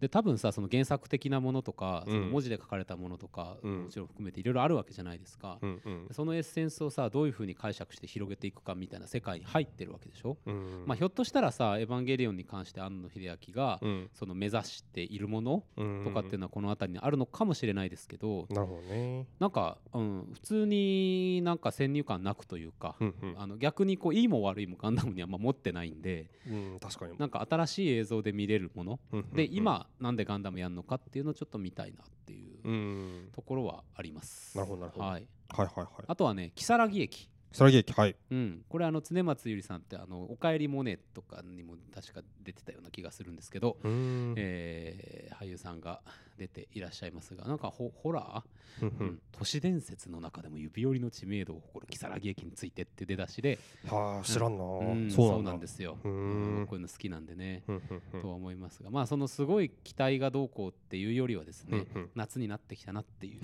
A: で多分さその原作的なものとか、
B: うん
A: その文字で書かれたものとか、
B: うん
A: もちろん含めていろいろあるわけじゃないですか。
B: うんうん
A: そのエッセンスをさどういうふうに解釈して広げていくかみたいな世界に入ってるわけでしょ、
B: うん
A: まあ、ひょっとしたらさ「エヴァンゲリオン」に関して庵野秀明が、
B: うん
A: その目指しているもの
B: うん
A: とかっていうのはこの辺りにあるのかもしれないですけど、
B: なるほどね。
A: なんか、うん、普通になんか先入観なくというか、
B: うんうん
A: あの逆にこういいも悪いもガンダムにはまあ持ってないんで
B: うん確かに。
A: なんか新しい映像で見れるもの
B: うんうんうん
A: で、今なんでガンダムやるのかっていうのをちょっと見たいなっていう
B: うん
A: ところはあります。
B: なるほどなるほど
A: はい、
B: はいはいはい。
A: あとはね如月駅、
B: 木更木駅はい。
A: うん、これあの常松ゆりさんって「あのおかえりモネ」とかにも確か出てたような気がするんですけど、
B: うん
A: えー俳優さんが出ていらっしゃいますがなんかホホラー
B: うん
A: う
B: うん
A: ん、都市伝説の中でも指折りの知名度を誇る如月駅についてって出だしで、
B: はあ知らんなあ、
A: うん
B: そう
A: な
B: なんん
A: で
B: だ。
A: すよ。
B: うーん
A: 僕こういうの好きなんでね、
B: うんうんうん
A: とは思いますがまあそのすごい期待がどうこうっていうよりはですね、
B: うんうん
A: 夏になってきたなって いう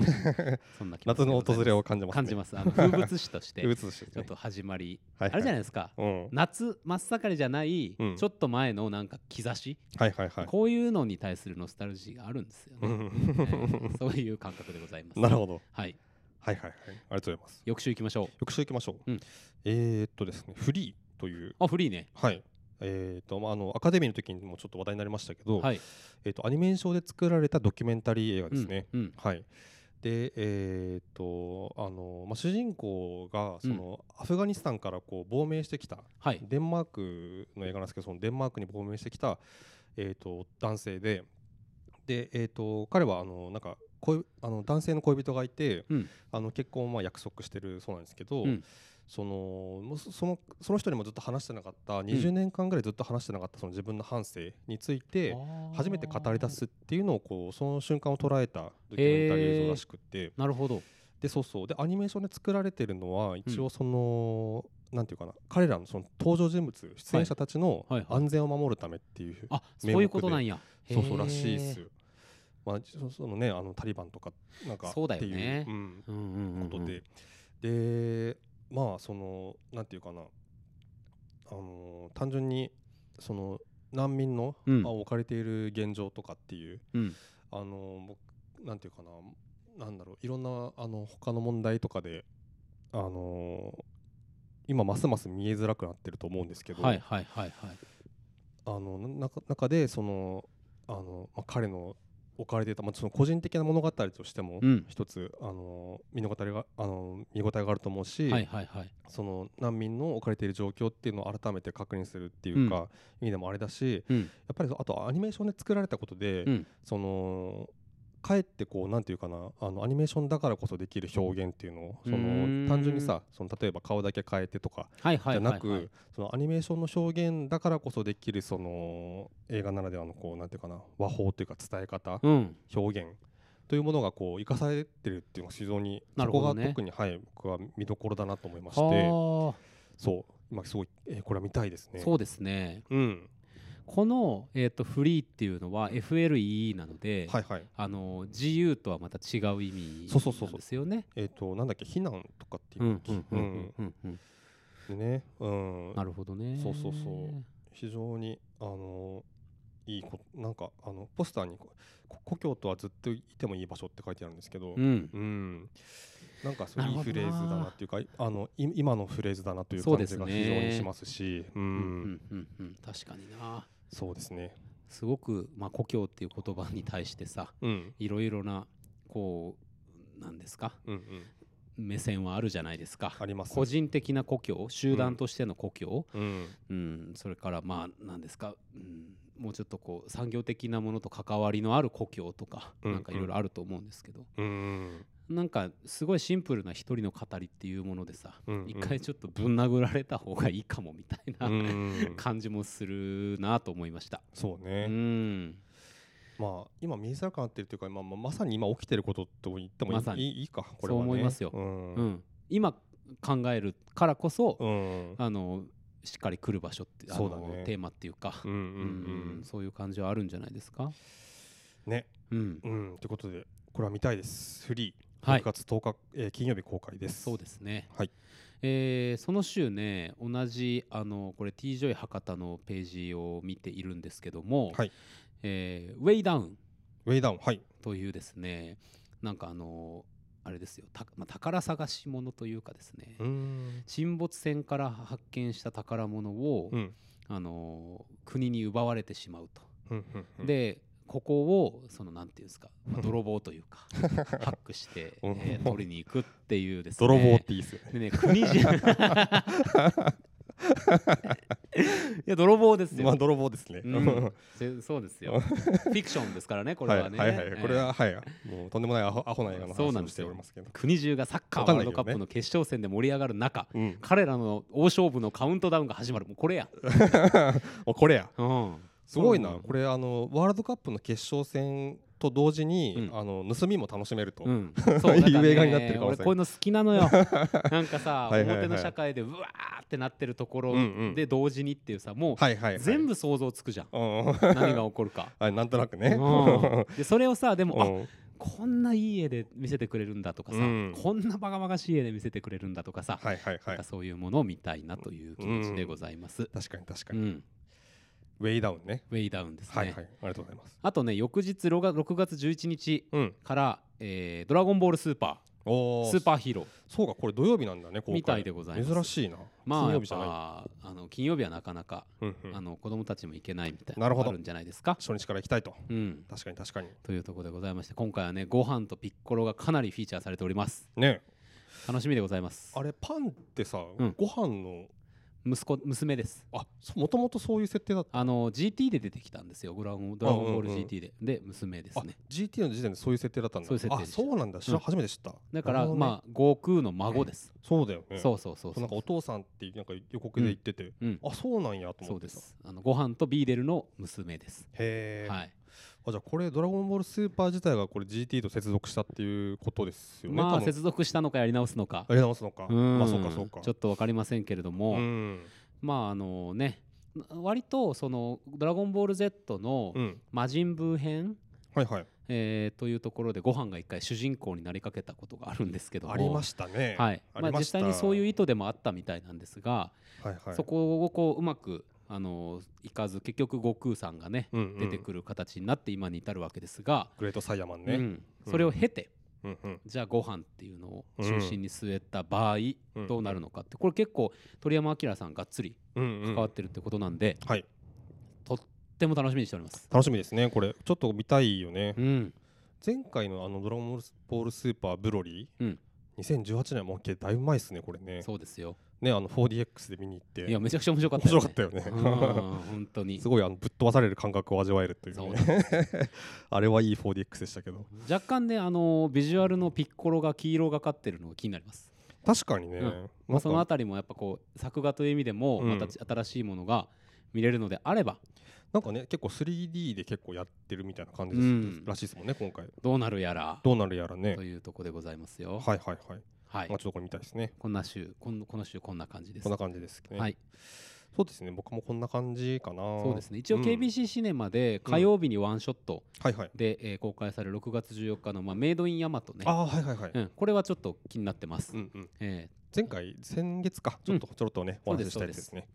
A: そんな気持ち
B: 夏
A: で
B: の
A: ございます
B: 訪れを感じます、ね。
A: 感じますあの風物詩として
B: うつして、ね。
A: ちょっと始まり、
B: はいはい
A: あれじゃないですか、
B: うん。
A: 夏真っ盛りじゃない、
B: うん
A: ちょっと前のなんか兆し、
B: はいはいはい。
A: こういうのに対するノスタルジーがあるんですよ
B: う
A: ね、
B: ん
A: えーそういう感覚でございます
B: なるほど。
A: はい
B: はいはいはい。ありがとうございます。
A: 翌週行きましょう
B: 翌週行きましょう。
A: うん
B: えー、っとですね、フリーという
A: あフリーね
B: はい。えーとまあ、あのアカデミーの時にもちょっと話題になりましたけど、
A: はい、
B: えー、とアニメーションで作られたドキュメンタリー映画ですね。
A: うんうん
B: はい、で、えーとあのまあ、主人公がその、アフガニスタンからこう亡命してきた
A: はい
B: デンマークの映画なんですけどそのデンマークに亡命してきた、えー、と男性でで、えー、と彼はあのなんか恋あの男性の恋人がいて、
A: うん
B: あの結婚をまあ約束してるそうなんですけど、
A: うん
B: そのもうそそのその人にもずっと話してなかった20年間ぐらいずっと話してなかったその自分の反省について初めて語り出すっていうのをこうその瞬間を捉えたドキュメンタリー映像らしくって。
A: なるほど
B: でそうそうでアニメーションで作られてるのは一応その、なんていうかな彼らのその登場人物出演者たちの
A: はいはいはい
B: 安全を守るためっていう、
A: あそういうことなんや
B: そうそうらしいっ
A: へ
B: す
A: ー
B: よまあそそのねあのタリバンとかなんか
A: そうだよね
B: っていう、うん
A: うんうんうんうん
B: ことで、でまあそのなんていうかなあの単純にその難民の、
A: うん
B: あ置かれている現状とかっていう
A: うん
B: あの僕なんていうかななんだろういろんなあの他の問題とかであの今ますます見えづらくなってると思うんですけど、
A: はいはいはいはい
B: あのなな中でそのあの、まあ、彼の置かれていた、まあ、その個人的な物語としても
A: うん
B: 一つ、あの見応えがあの見応えがあると思うし、
A: はいはいはい
B: その難民の置かれている状況っていうのを改めて確認するっていうか、意味でもあれだし、
A: うん
B: やっぱりそうあとアニメーションで作られたことで、
A: うん
B: そのかえってこうなんていうかなあのアニメーションだからこそできる表現っていうのをそう
A: ーん
B: の単純にさその例えば顔だけ変えてとか
A: はいは
B: じ
A: いはい
B: ゃな
A: はい
B: く、そのアニメーションの表現だからこそできるその映画ならではのこうなんていうかな和法というか伝え方、
A: うん
B: 表現というものがこう生かされてるっていうのが非常に
A: なる
B: そ
A: ほ
B: こ
A: ど
B: が
A: ね
B: 特に、はい、僕は見どころだなと思いまして
A: は
B: そう今すごい、えーこれは見たいです
A: あ
B: ね。
A: そうですね
B: うん、
A: このえっとフリーっていうのは FLEE なので
B: はいはい
A: あの自由とはまた違う意味
B: そうそうそうそう
A: なんですよね
B: えっ、となんだっけ避難とかっていううんの
A: うんうんうんうんうん
B: でね、うん、
A: なるほどね
B: そうそうそう非常にあのいいこなんかあのポスターにここ故郷とはずっといてもいい場所って書いてあるんですけど、
A: うん
B: うんなんかそう
A: なる
B: い
A: ほ
B: い
A: どな
B: フレーズだなっていうかいあのい今のフレーズだなという
A: そう
B: 感
A: です
B: じ
A: ね
B: が非常にしますしう
A: うん
B: ん
A: うんうん確かにな
B: そうですね
A: すごくまあ故郷っていう言葉に対してさ
B: うん
A: いろいろなこうなんですか
B: うんうん
A: 目線はあるじゃないですか
B: あります
A: 個人的な故郷集団としての故郷、
B: うん
A: うんそれからまあ何ですか、うん、もうちょっとこう産業的なものと関わりのある故郷とか、
B: うん
A: なんかいろいろあると思うんですけど
B: うん
A: なんかすごいシンプルな一人の語りっていうものでさ、
B: うん
A: 一回ちょっとぶん殴られた方がいいかもみたいな、
B: うん
A: 感じもするなと思いました。
B: そう
A: う
B: ね、
A: ん、
B: まあ今見えづらくなってるというか、まあ、まあまさに今起きてることと言ってもいい,、
A: まさに
B: いいいいかこれ
A: そう
B: は、ね、
A: 思いますよ
B: うん
A: うん、今考えるからこそ、
B: うん
A: あのしっかり来る場所ってあの
B: そうだね
A: テーマっていうか、
B: うんうん
A: う
B: うん
A: そういう感じはあるんじゃないですか。
B: ね
A: うん、
B: うんということでこれは見たいですフリー
A: はい
B: 6月10日、えー金曜日公開です
A: そうですね。
B: はい
A: えーその週ね同じあのこれ TJ 博多のページを見ているんですけども、
B: はい
A: えーウェイダウン
B: ウェイダウンはい
A: というですねなんかあのあれですよた、まあ、宝探し物というかですね、
B: うん
A: 沈没船から発見した宝物を、
B: うん
A: あのー国に奪われてしまうと、
B: うんうん
A: でここをそのなんていうんですか、まあ
B: うん
A: 泥棒というかハックして、
B: うん
A: えー取りに行くっていうですね
B: 泥棒っていいですよね
A: でね国じゃい や泥棒ですよ、
B: まあ泥棒ですね、
A: うんせそうですよフィクションですからねこれはね、
B: はいはいはい、
A: えー
B: これははいもうとんでもないアホアホな映画の話
A: そうなん
B: を
A: で
B: し
A: す
B: て
A: よ
B: おりますけど
A: 国中がサッカーワ
B: わか
A: ー
B: んな
A: ル
B: い
A: ド
B: けどね
A: カップの決勝戦で盛り上がる中、
B: うん、
A: 彼らの大勝負のカウントダウンが始まるもうこれや、
B: おこれや
A: うん、
B: すごいな
A: そうなの
B: これあのワールドカップの決勝戦と同時に、
A: うん
B: あの盗みも楽しめると、
A: うん、そう
B: いい
A: だからね
B: 映画になってる可能性
A: 俺こういうの好きなの よなんかさ
B: はいはいはい
A: 表の社会でうわーってなってるところ
B: うんうん
A: で同時にっていうさも
B: はいはい、は
A: う
B: い、
A: 全部想像つくじゃん
B: うん
A: 何が起こるか。
B: はいなんとなくね、
A: うんでそれをさでも、
B: う
A: あ
B: ん
A: こんないい絵で見せてくれるんだとかさ、
B: うん
A: こんなバカバカしい絵で見せてくれるんだとかさ、
B: はいはいは
A: ないんかそういうものを見たいなという気持ちでございます。
B: 確かに確
A: う
B: か
A: ん
B: に、ウェイダウンね
A: ウェイダウンですね、
B: はいはいありがとうございます
A: あとね翌日6月6月11日
B: うん
A: から、えードラゴンボールスーパ
B: お
A: ー」
B: ー
A: スーパーヒーロー
B: そうかこれ土曜日なんだね公開
A: みたいでございます
B: 珍しいな、
A: まあや
B: 金
A: っ
B: 曜日じゃない、
A: ぱあの金曜日はなかなか、
B: うんう
A: あ
B: ん、
A: の子供たちも行けないみたいな
B: なる
A: のが
B: ほど
A: あるんじゃないですか。
B: 初日から行きたいと
A: うん、
B: 確かに確かに
A: というところでございまして今回はねご飯とピッコロがかなりフィーチャーされております
B: ね
A: 楽しみでございます
B: あれパンってさ、
A: うん
B: ご飯の
A: 息子娘です
B: あもともとそういう設定だった
A: あの GT で出てきたんですよドラゴンドラゴンボール
B: うんうんうん
A: GT で、で娘です
B: あ
A: ね
B: GT の時点でそういう設定だったんだ
A: そういう設定で
B: あ
A: した
B: そうなんだ、知ら
A: うん
B: 初めて知った
A: だから、まあ悟空の孫です
B: あ、そうだよね
A: そうそうそう
B: そ
A: そう
B: なんかお父さんってなんか予告で言ってて、
A: うんうん
B: あそうなんやと
A: そう
B: 思って
A: で
B: た
A: すあのご飯とビーデルの娘です、
B: へえ、
A: はい
B: あじゃあこれ「ドラゴンボールスーパー」自体がこれ GT と接続したっていうことですよね
A: ま
B: 多
A: あ
B: 分
A: 接続したのかやり直すのか
B: あり直すのか
A: うん
B: まあそうかそうか
A: ちょっとわかりませんけれども、
B: うん
A: まああのね割とその「ドラゴンボール Z」の
B: うん
A: 魔人ブー編、
B: はいはい
A: えーというところでご飯が一回主人公になりかけたことがあるんですけども
B: ありましたね
A: はい
B: あ
A: ま
B: り
A: あ、
B: ま
A: 実
B: した
A: 際にそういう意図でもあったみたいなんですが、
B: はいはい
A: そこをこううまくあのいかず結局悟空さんがね、
B: うんうん
A: 出てくる形になって今に至るわけですが、
B: グレートサイヤマン
A: う
B: ね
A: んそれを経て、
B: うんうん
A: じゃあご飯っていうのを中心に据えた場合、
B: うん
A: どうなるのかってこれ結構鳥山明さんがっつり
B: うんう
A: 関
B: ん
A: わってるってことなんで、
B: はい
A: とっても楽しみにしております。
B: 楽しみですねこれちょっと見たいよね
A: うん、
B: 前回のあのドラゴンボールスーパーブロリ
A: うん
B: ー、2018年もうだいぶ前ですねこれね
A: そうですよ。
B: ねあの 4DX で見に行って
A: いやめちゃくちゃ面白かっ
B: 面
A: たよ、ね
B: 白か。ったよね
A: うん本当に
B: す。ごいあのぶっ飛ばされる感覚を味わえるという,、
A: そう
B: ね
A: なん、
B: あれはいい 4DX でしたけど
A: 若干ねあのビジュアルのピッコロが黄色がかってるのが気になります。
B: 確かにね、
A: うん
B: なん
A: まあ、その
B: か
A: あたりもやっぱこう作画という意味でも
B: うん
A: また新しいものが見れるのであれば
B: なんかね結構 3D で結構やってるみたいな感じです、
A: うん
B: らしいですもんね今回
A: どうなるやら
B: どうなるやらね
A: というところでございますよ。
B: はいはいはい、
A: はい
B: まあ、ちょっとこれ見たいですね
A: こんな週こんこの週こんな感じです。
B: こんな感じですね、
A: はい、
B: そうですね僕もこんな感じかな
A: そうですね一応
B: うん
A: KBC シネマで火曜日にワンショット
B: はいはい
A: で、えー公開される6月14日の、まあ、メイドインヤマトね、
B: ああはいはいはい、
A: うん、これはちょっと気になってます、
B: うんうん、
A: え
B: 前回先月かちょっとちょろっとね、
A: そう
B: お
A: です
B: 話ししたやつですね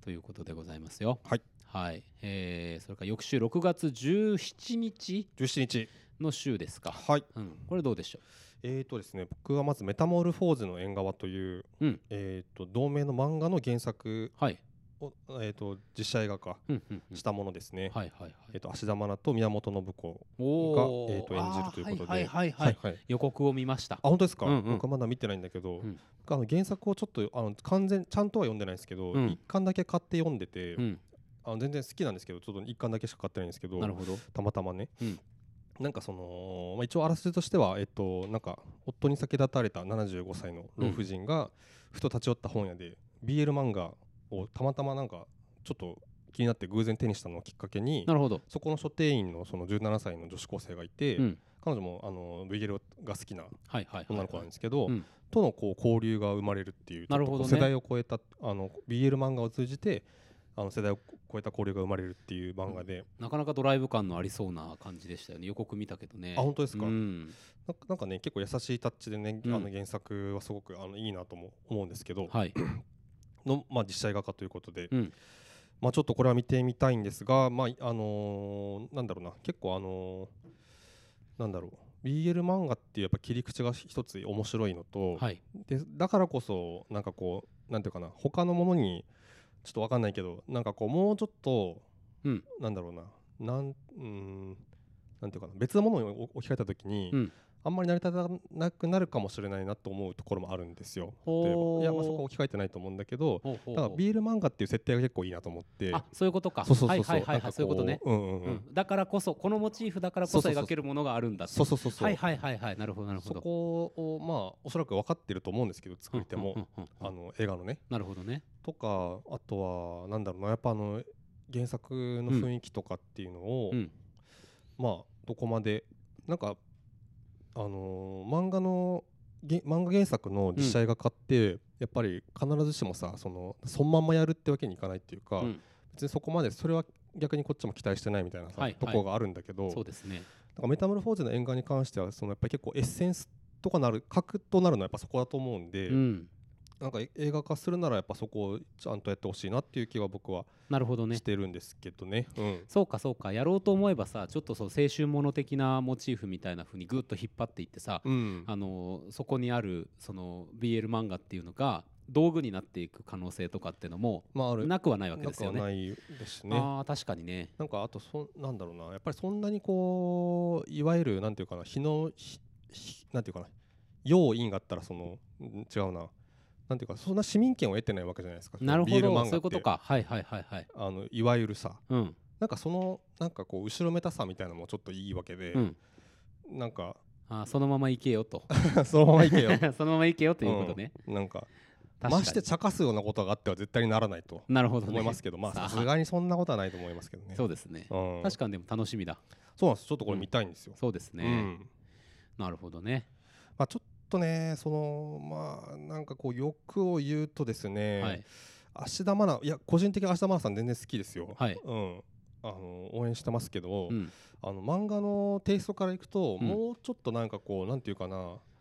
A: ーということでございますよ
B: はい、
A: はいえーそれから翌週6月17日
B: 17日
A: の週ですか、
B: はい
A: うん、これどうでしょ
B: えーとですね、僕はまず「メタモルフォーズの縁側」という、
A: うん
B: えー、と同名の漫画の原作
A: うはい
B: おえー、と実写映画化
A: うんうんうん
B: したものですね、
A: はいはいはい。
B: えー、と芦田愛菜と宮本信子
A: おー
B: えーと演じるということで
A: あーはいはいはいはい。
B: はい
A: 予告を見ました。
B: あ本当ですか、
A: うんうん
B: 僕はまだ見てないんだけど、
A: うん
B: あの原作をちょっとあの完全ちゃんとは読んでないんですけど、
A: うん
B: 一巻だけ買って読んでて、
A: うん。
B: あの全然好きなんですけどちょっと一巻だけしか買ってないんですけど
A: なるほど。
B: たまたまね、
A: うん
B: なんかその、まあ、一応あらすじとしては、えっと、なんか夫に先立たれた75歳の老婦人が、ふと立ち寄った本屋で BL 漫画をたまたまなんかちょっと気になって偶然手にしたのをきっかけに
A: なるほど。
B: そこの書店員のその17歳の女子高生がいて、
A: うん。
B: 彼女もあの BL が好きな
A: はいはいはいはい。
B: 女の子なんですけど、
A: うん
B: とのこう交流が生まれるっていう
A: なるほどね
B: ちょっとこう世代を超えたあの BL 漫画を通じてあの世代を超えた交流が生まれるっていう漫画で、
A: なかなかドライブ感のありそうな感じでしたよね。予告見たけどね。
B: あ本当ですか、
A: うん。
B: なんかなんかね結構優しいタッチでね、
A: うん
B: あの原作はすごくあのいいなとも思うんですけど、
A: はい。
B: のまあ、実写映画化ということで、
A: うん
B: まあ、ちょっとこれは見てみたいんですが、まああのーなんだろうな結構あのーなんだろう BL 漫画っていうやっぱ切り口が一つ面白いのと、
A: はい。
B: でだからこそなんかこうなんていうかな他のものにちょっとわかんないけどなんかこうもうちょっと、
A: うん
B: なんだろうななんうーんなんていうかな別のものに置き換えた時に、
A: うん
B: あんまり成り立たなくなるかもしれないなと思うところもあるんですよ。
A: ほー
B: 例えばいやまあそこは置き換えてないと思うんだけど
A: ほうほう
B: だから
A: ほう
B: ビール漫画っていう設定が結構いいなと思って。
A: あそういうことか。
B: そうそうそうそ
A: は
B: う。
A: いはいはいはい。そういうことね。
B: うんうんう。
A: うんんだからこそこのモチーフだからこそ
B: そうそうそう
A: 描けるものがあるんだってい
B: そうそうそうそう。
A: はいはいはいはいなるほどなるほ
B: そ
A: ど
B: こをまあおそらく分かってると思うんですけど作り手も、
A: うんうんうんうん
B: あの映画のね
A: なるほどね
B: とかあとはなんだろうなやっぱあの原作の雰囲気とかっていうのを、
A: うん
B: まあどこまでなんかあのー漫画のげ漫画原作の実写映画化って、やっぱり必ずしもさそのそのまんまやるってわけにいかないっていうか、
A: うん
B: 別にそこまでそれは逆にこっちも期待してないみたいなさ、
A: はい
B: とこがあるんだけど、
A: そうですね
B: なんかメタモルフォーゼの沿岸に関してはそのやっぱり結構エッセンスとかなる核となるのはやっぱそこだと思うんで、
A: うん
B: なんか映画化するならやっぱそこをちゃんとやってほしいなっていう気は僕は
A: なるほどね
B: してるんですけどね。うん
A: そうかそうかやろうと思えばさちょっとそう青春もの的なモチーフみたいな風にぐっと引っ張っていってさ、
B: うん
A: あのそこにあるその BL 漫画っていうのが道具になっていく可能性とかっていうのも
B: まあある
A: なくはないわけ
B: な
A: です
B: く
A: よ
B: は
A: ね。
B: ないですね。
A: あー確かにね。
B: なんかあとそんなんだろうなやっぱりそんなにこういわゆるなんていうかな日のひひなんていうかな要因があったらそのん違うななんていうかそんな市民権を得てないわけじゃないですか。
A: なる
B: ビ
A: ほ
B: ール
A: ど
B: 漫画って
A: そういうことか。はいはいはいはい。
B: あのいわゆるさ
A: うん
B: なんかそのなんかこう後ろめたさみたいなのもちょっといいわけで、
A: うん。
B: なんか
A: あーそのまま行けよと。
B: そのまま いけよ
A: そのまま行けよということね。
B: うんなんか
A: 確かに
B: まして茶化すようなことがあっては絶対にならないと
A: なるほどね。
B: 思いますけど、ま
A: さあ
B: あさすがにそんなことはないと思いますけどね。
A: そうですね。
B: うん
A: 確かにでも楽しみだ。
B: そうなんですちょっとこれ見たいんですよ。
A: そうです
B: う
A: ね。
B: ん
A: なるほどね。
B: まあ、ちょっとねそのまあなんかこう欲を言うとですね、
A: はい。
B: 芦田愛菜いや個人的に芦田愛菜さん全然好きですよ。
A: はい
B: うんあの応援してますけど、
A: うん。
B: あの漫画のテイストからいくと、
A: うん
B: もうちょっとなんかこうなんていうかな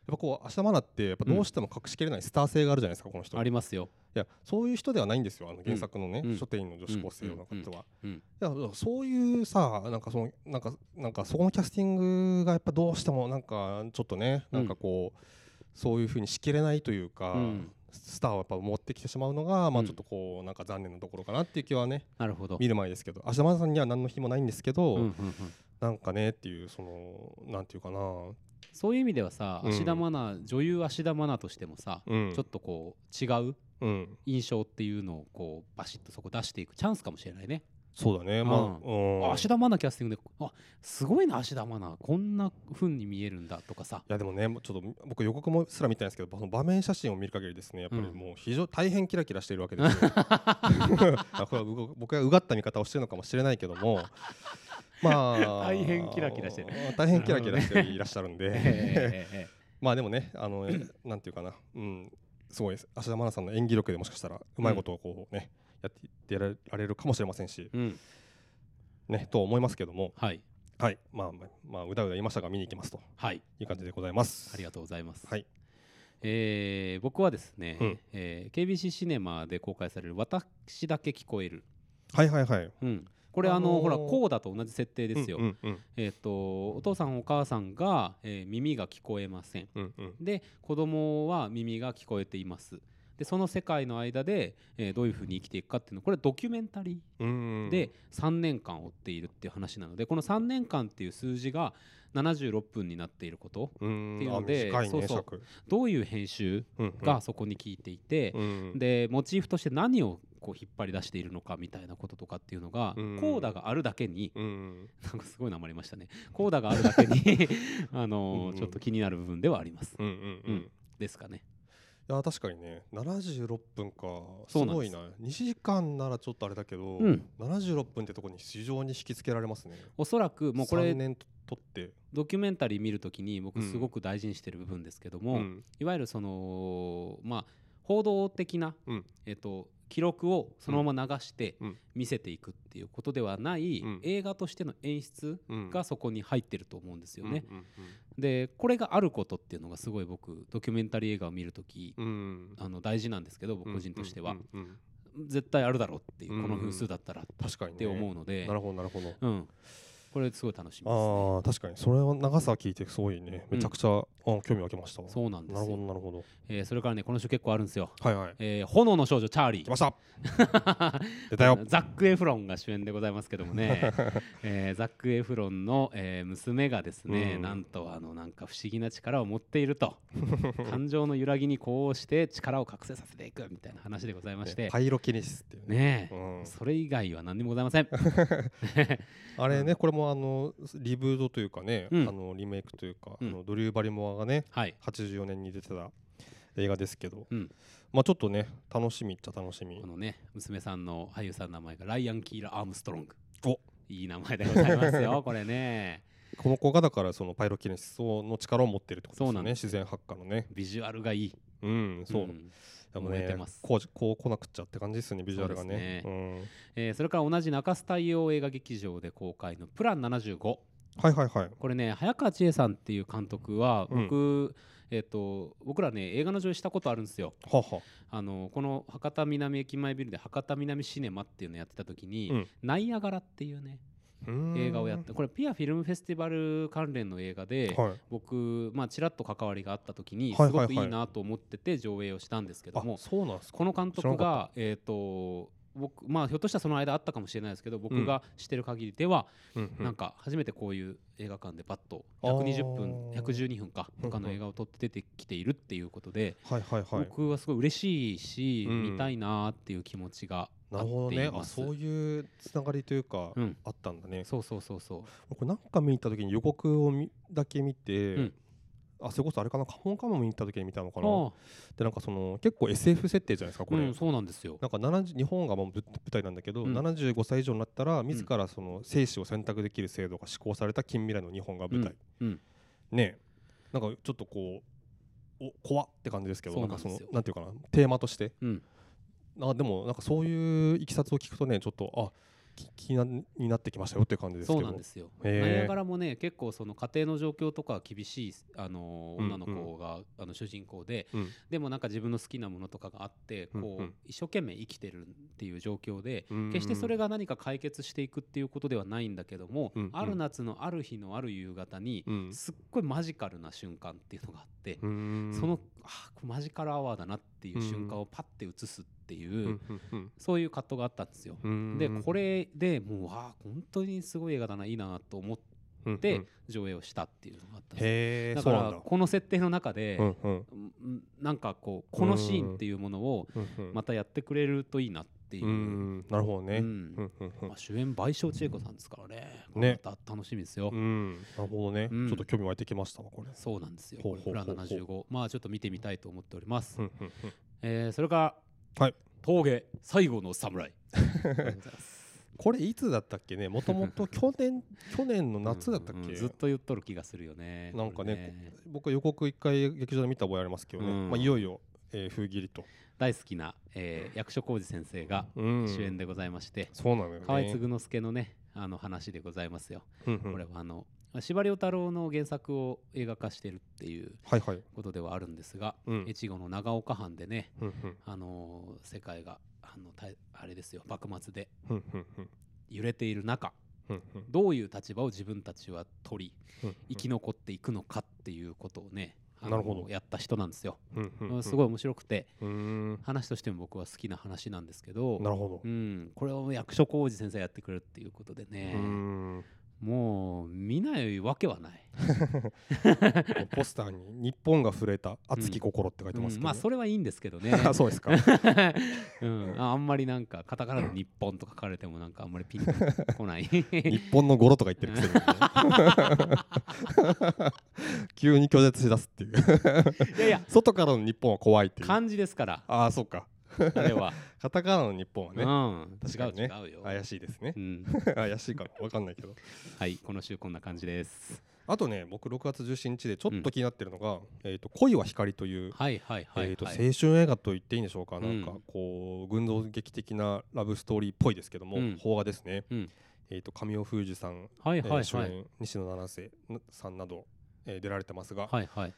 B: やっぱこう芦田愛菜ってやっぱどうしても隠しきれないスター性があるじゃないですかこの人
A: ありますよ。
B: いやそういう人ではないんですよあの原作のね、
A: うん
B: 書店員の女子高生の方は。
A: うんうん
B: いやそういうさなんかそのなんかなんかそこのキャスティングがやっぱどうしてもなんかちょっとね
A: うん
B: なんかこう、そういうふうにしきれないというか、
A: うん
B: スターをやっぱ持ってきてしまうのが、ま
A: う
B: あ、
A: ん
B: ちょっとこうなんか残念なところかなっていう気はね
A: なるほど。
B: 見る前ですけど芦田愛菜さんには何の日もないんですけど、
A: うんうんうん
B: なんかねっていうそのなんていうかな、
A: そういう意味ではさ、
B: うん
A: 芦田愛菜女優芦田愛菜としてもさ、
B: うん、
A: ちょっとこう違う
B: うん、
A: 印象っていうのをこうバシッとそこ出していくチャンスかもしれないね。
B: そうだね、
A: うん
B: まあ、うん
A: あ芦田愛菜キャスティングであすごいな芦田愛菜こんな風に見えるんだとか さ
B: いやでもねもうちょっと僕予告もすら見てないんですけどその場面写真を見る限りですねやっぱり
A: うん
B: もう非常大変キラキラしているわけです よ。 あこれは僕僕がうがった見方をしてるのかもしれないけどもまあ
A: 大変キラキラしてる
B: 大変キラキラしていらっしゃるんで、
A: ええええええ
B: まあでもねあのなんていうかなうんすごいです芦田愛菜さんの演技力でもしかしたらうまいことをこうね、やってやられるかもしれませんし
A: うん
B: ねと思いますけども
A: はい
B: はいまあまあまあうだうだ言いましたが見に行きますと
A: はい
B: いう感じでございます。
A: ありがとうございます。
B: はい
A: えー僕はですね、
B: うん
A: えー KBC シネマで公開される「私だけ聞こえる
B: はいはいはい」。
A: うん、これあの、
B: あのー
A: ほらコーダと同じ設定ですよ。
B: うんうんうん
A: えー、とお父さんお母さんが、えー耳が聞こえません。
B: うんうん
A: で子供は耳が聞こえています。でその世界の間で、えーどういうふうに生きていくかっていうのこれはドキュメンタリー
B: うん
A: で3年間追っているっていう話なのでこの3年間っていう数字が76分になっていること
B: うん
A: っていうので
B: あ短いね
A: そうそう
B: 尺
A: どういう編集
B: うんうん
A: がそこに効いていて
B: うん
A: でモチーフとして何をこう引っ張り出しているのかみたいなこととかっていうのが
B: うん
A: コーダがあるだけに
B: うん
A: なんかすごいなまりましたねコーダがあるだけに あの
B: うん
A: ちょっと気になる部分ではあります
B: うんうんう
A: うんんですかね
B: いや確かにね76分かす
A: そうなん
B: ご
A: で
B: い
A: す
B: な2時間ならちょっとあれだけど、
A: うん
B: 76分ってとこに非常に引きつけられますね
A: おそらくもうこれ
B: 3年と取って
A: ドキュメンタリー見るときに僕
B: うん
A: すごく大事にしてる部分ですけど
B: う
A: も、
B: ん
A: いわゆるそのまあ報道的な、
B: うん
A: えっと記録をそのまま流して
B: うん
A: 見せていくっていうことではない、
B: うん
A: 映画としての演出
B: うん
A: がそこに入ってると思うんですよね。
B: うんうん
A: でこれがあることっていうのがすごい僕ドキュメンタリー映画を見るとき、
B: うんうん
A: あの大事なんですけど僕個人としては、
B: うんうんうん
A: 絶対あるだろうっていう、
B: うん
A: この分数だったらっ
B: 確かにね
A: て思うので
B: な、るほどなるほど
A: うん、これすごい楽しみです、ね。
B: ああ確かにそれは長さ聞いてすごいね
A: うん
B: めちゃくちゃ、あ興味湧きましたう
A: そうなんで
B: なる
A: す
B: ほど
A: よ、
B: なるほど
A: えーそれからねこの週結構あるんですよ。
B: はいはい
A: えー炎の少女チャーリー
B: 来ました 出たよ
A: ザック・エフロンが主演でございますけども ね、えーザック・エフロンの、えー娘がですね、
B: うん
A: なんとあのなんか不思議な力を持っていると感情の揺らぎに呼応して力を覚醒させていくみたいな話でございまして、
B: パイロキネシスっていうね
A: ねえ、
B: うん、
A: それ以外は何でもございません。
B: あれね、これもあのリブートというかね、
A: うん
B: あのリメイクというか、
A: うん
B: あのドリュー・バリモアがね
A: はい、
B: 84年に出てた映画ですけど、
A: うん
B: まあちょっとね楽しみっちゃ楽しみ
A: このね娘さんの俳優さんの名前がライアン・キーラ・アームストロング。
B: お
A: いい名前でございます よこれね
B: この子がだからそのパイロキネシスの力を持ってるってことで
A: そ
B: す
A: うな
B: よ
A: ん
B: ね
A: で
B: 自然発火のね
A: ビジュアルがいい
B: うんそう、
A: ん
B: でも
A: 燃えて
B: ね
A: ます
B: こうじこう来なくっちゃって感じですねビジュアルがね
A: そう
B: うん
A: えーそれから同じ中洲太陽映画劇場で公開の「プラン75」
B: はいはいはい
A: これね早川千恵さんっていう監督は
B: うん
A: 僕、えっと僕らね映画の上映したことあるんですよ
B: はは
A: あのこの博多南駅前ビルで博多南シネマっていうのやってた時に「
B: うん
A: ナイアガラ」っていうね
B: うん
A: 映画をやってこれピアフィルムフェスティバル関連の映画で、
B: はい
A: 僕まあちらっと関わりがあった時に
B: はい
A: す
B: はいは
A: ご
B: い
A: くいいなと思ってて上映をしたんですけど
B: あ
A: も、
B: そうなんですか
A: この監督
B: 知らな
A: がえっ、と僕まあひょっとしたらその間あったかもしれないですけど僕が知ってる限りでは、
B: うんうん
A: なんか初めてこういう映画館でパッと
B: あー
A: 120分112分かとかの映画を撮って出てきているっていうことで、
B: はいはいはい
A: 僕はすごい嬉しいし、
B: うん
A: 見たいなーっていう気持ちが
B: な
A: あ
B: る
A: っ
B: ほど
A: てい
B: ね
A: ま
B: あ
A: す。
B: そういうつながりというか、
A: うん
B: あったんだね
A: そうそうそうそう
B: これなんか見に行った時に予告をみだけ見て、
A: うん
B: あそれこそあれかなカモンカモン見に行った時に見たのか
A: あ
B: な
A: ー
B: でなんかその結構 SF 設定じゃないですかこ
A: う
B: れ、
A: んそうなんですよ
B: なんか70日本がもうぶ舞台なんだけど、
A: うん
B: 75歳以上になったら自らその生死を選択できる制度が施行された近未来の日本が舞台、
A: うんうん
B: ねえなんかちょっとこうお怖って感じですけど
A: そう
B: な
A: なんん
B: か
A: です
B: そ
A: よ
B: のなんていうかなテーマとして、
A: うん
B: あでもなんかそういういきさつを聞くとねちょっとあき気になになってきましたよっていう感じですけ
A: そ
B: ど
A: うなんですよ
B: へー
A: ナイアガラもね結構その家庭の状況とかは厳しいあの
B: うんうん
A: 女の子が、あの主人公で
B: うん
A: でもなんか自分の好きなものとかがあってこう、
B: うんうん
A: 一生懸命生きてるっていう状況で、
B: うん
A: 決してそれが何か解決していくっていうことではないんだけども、
B: うんうん
A: ある夏のある日のある夕方に、
B: うん
A: すっごいマジカルな瞬間っていうのがあって、
B: うん
A: そのあーマジカルアワーだなっていう瞬間をパッて映すっていう、そういう葛藤があったんですよ。でこれでもうあー本当にすごい映画だないいなと思っ
B: れ
A: て上映をしたっていうのがあったんです
B: へえ
A: だ
B: そ
A: か
B: うな
A: ら
B: んだ
A: この設定の中で、
B: うんうん
A: うんなんかこうこのシーンっていうものを
B: うんうん
A: またやってくれるといいなっていう
B: う。んなるほどね
A: う
B: うん
A: ん
B: うんうん
A: まあ、主演賠償千恵子さんですからね。これ
B: ね
A: また楽しみですよ。
B: うん、なるほどね、
A: うん
B: ちょっと興味湧いてきましたわこれ。
A: そうなんですよ。
B: ほう
A: こ
B: ほう
A: れプラン
B: ほうほ
A: 75。
B: う
A: まあちょっと見てみたいと思っております。
B: うんうんうん
A: えーそれから、
B: はい
A: 峠最後の侍。ありがとうございます
B: これいつだったっけねもと もと去年去年の 夏だったっ
A: うんうん
B: け、
A: ずっと言っとる気がするよね。
B: なん
A: こ
B: かね
A: れね
B: 僕予告一回劇場で見た覚えありますけどね、
A: うん
B: まあ、いよいよ、えー、封切りと、
A: 大好きな、えー役所広司先生が
B: うん
A: 主演でございまして、
B: そうなのよね
A: 河合嗣之助のね、あの話でございますよ。
B: うんうん
A: これはあの、司馬遼太郎の原作を映画化してるっていう
B: はいはい、
A: ことではあるんですが、
B: うん
A: 越後の長岡藩でね、
B: うんうん
A: あのー世界があのたあれですよ幕末で
B: うんうんうん
A: 揺れている中
B: うんうん
A: どういう立場を自分たちは取り
B: うん
A: 生き残っていくのかっていうことをねあ
B: な
A: の
B: るほど
A: やった人なんですよ、
B: うんうんうん
A: すごい面白くて
B: うーん
A: 話としても僕は好きな話なんですけど
B: なるほど
A: うん、これを役所広司先生やってくれるっていうことで
B: う
A: ね
B: ー、ん
A: もう見ないわけはない、
B: ポスターに「日本が震えた熱き心」って書いてます
A: う
B: け
A: ん
B: ど
A: まあ
B: ね
A: それはいいんですけどね
B: あ そうですか
A: うん、ああんまりなんかカタカナで「日本」と書かれてもなんかあんまりピンと こない
B: 日本の語呂とか言ってるく せにね急に拒絶しだすっていう
A: いやいや
B: 外からの日本は怖いっていう
A: 漢字ですから
B: ああそうか
A: あれは、
B: カタカナの日本は ね、
A: うん、
B: 確
A: 違
B: か
A: う
B: にね
A: 違うよ、
B: 怪しいですね
A: うん、
B: 怪しいかなわかんないけど
A: はいこの週こんな感じ です
B: あとね僕6月17日でちょっと気になってるのが「えー、と恋は光」という、
A: はいはいはい、はい
B: えー、と青春映画と言っていいんでしょうか、
A: うん
B: なんかこう群像劇的なラブストーリーっぽいですけども、
A: うん
B: 邦画ですね、
A: うん
B: えー、と神尾楓珠さん、
A: はい
B: え
A: はいは
B: ー
A: い
B: 主演西野七瀬さんなど、えー出られてますが、
A: はいはい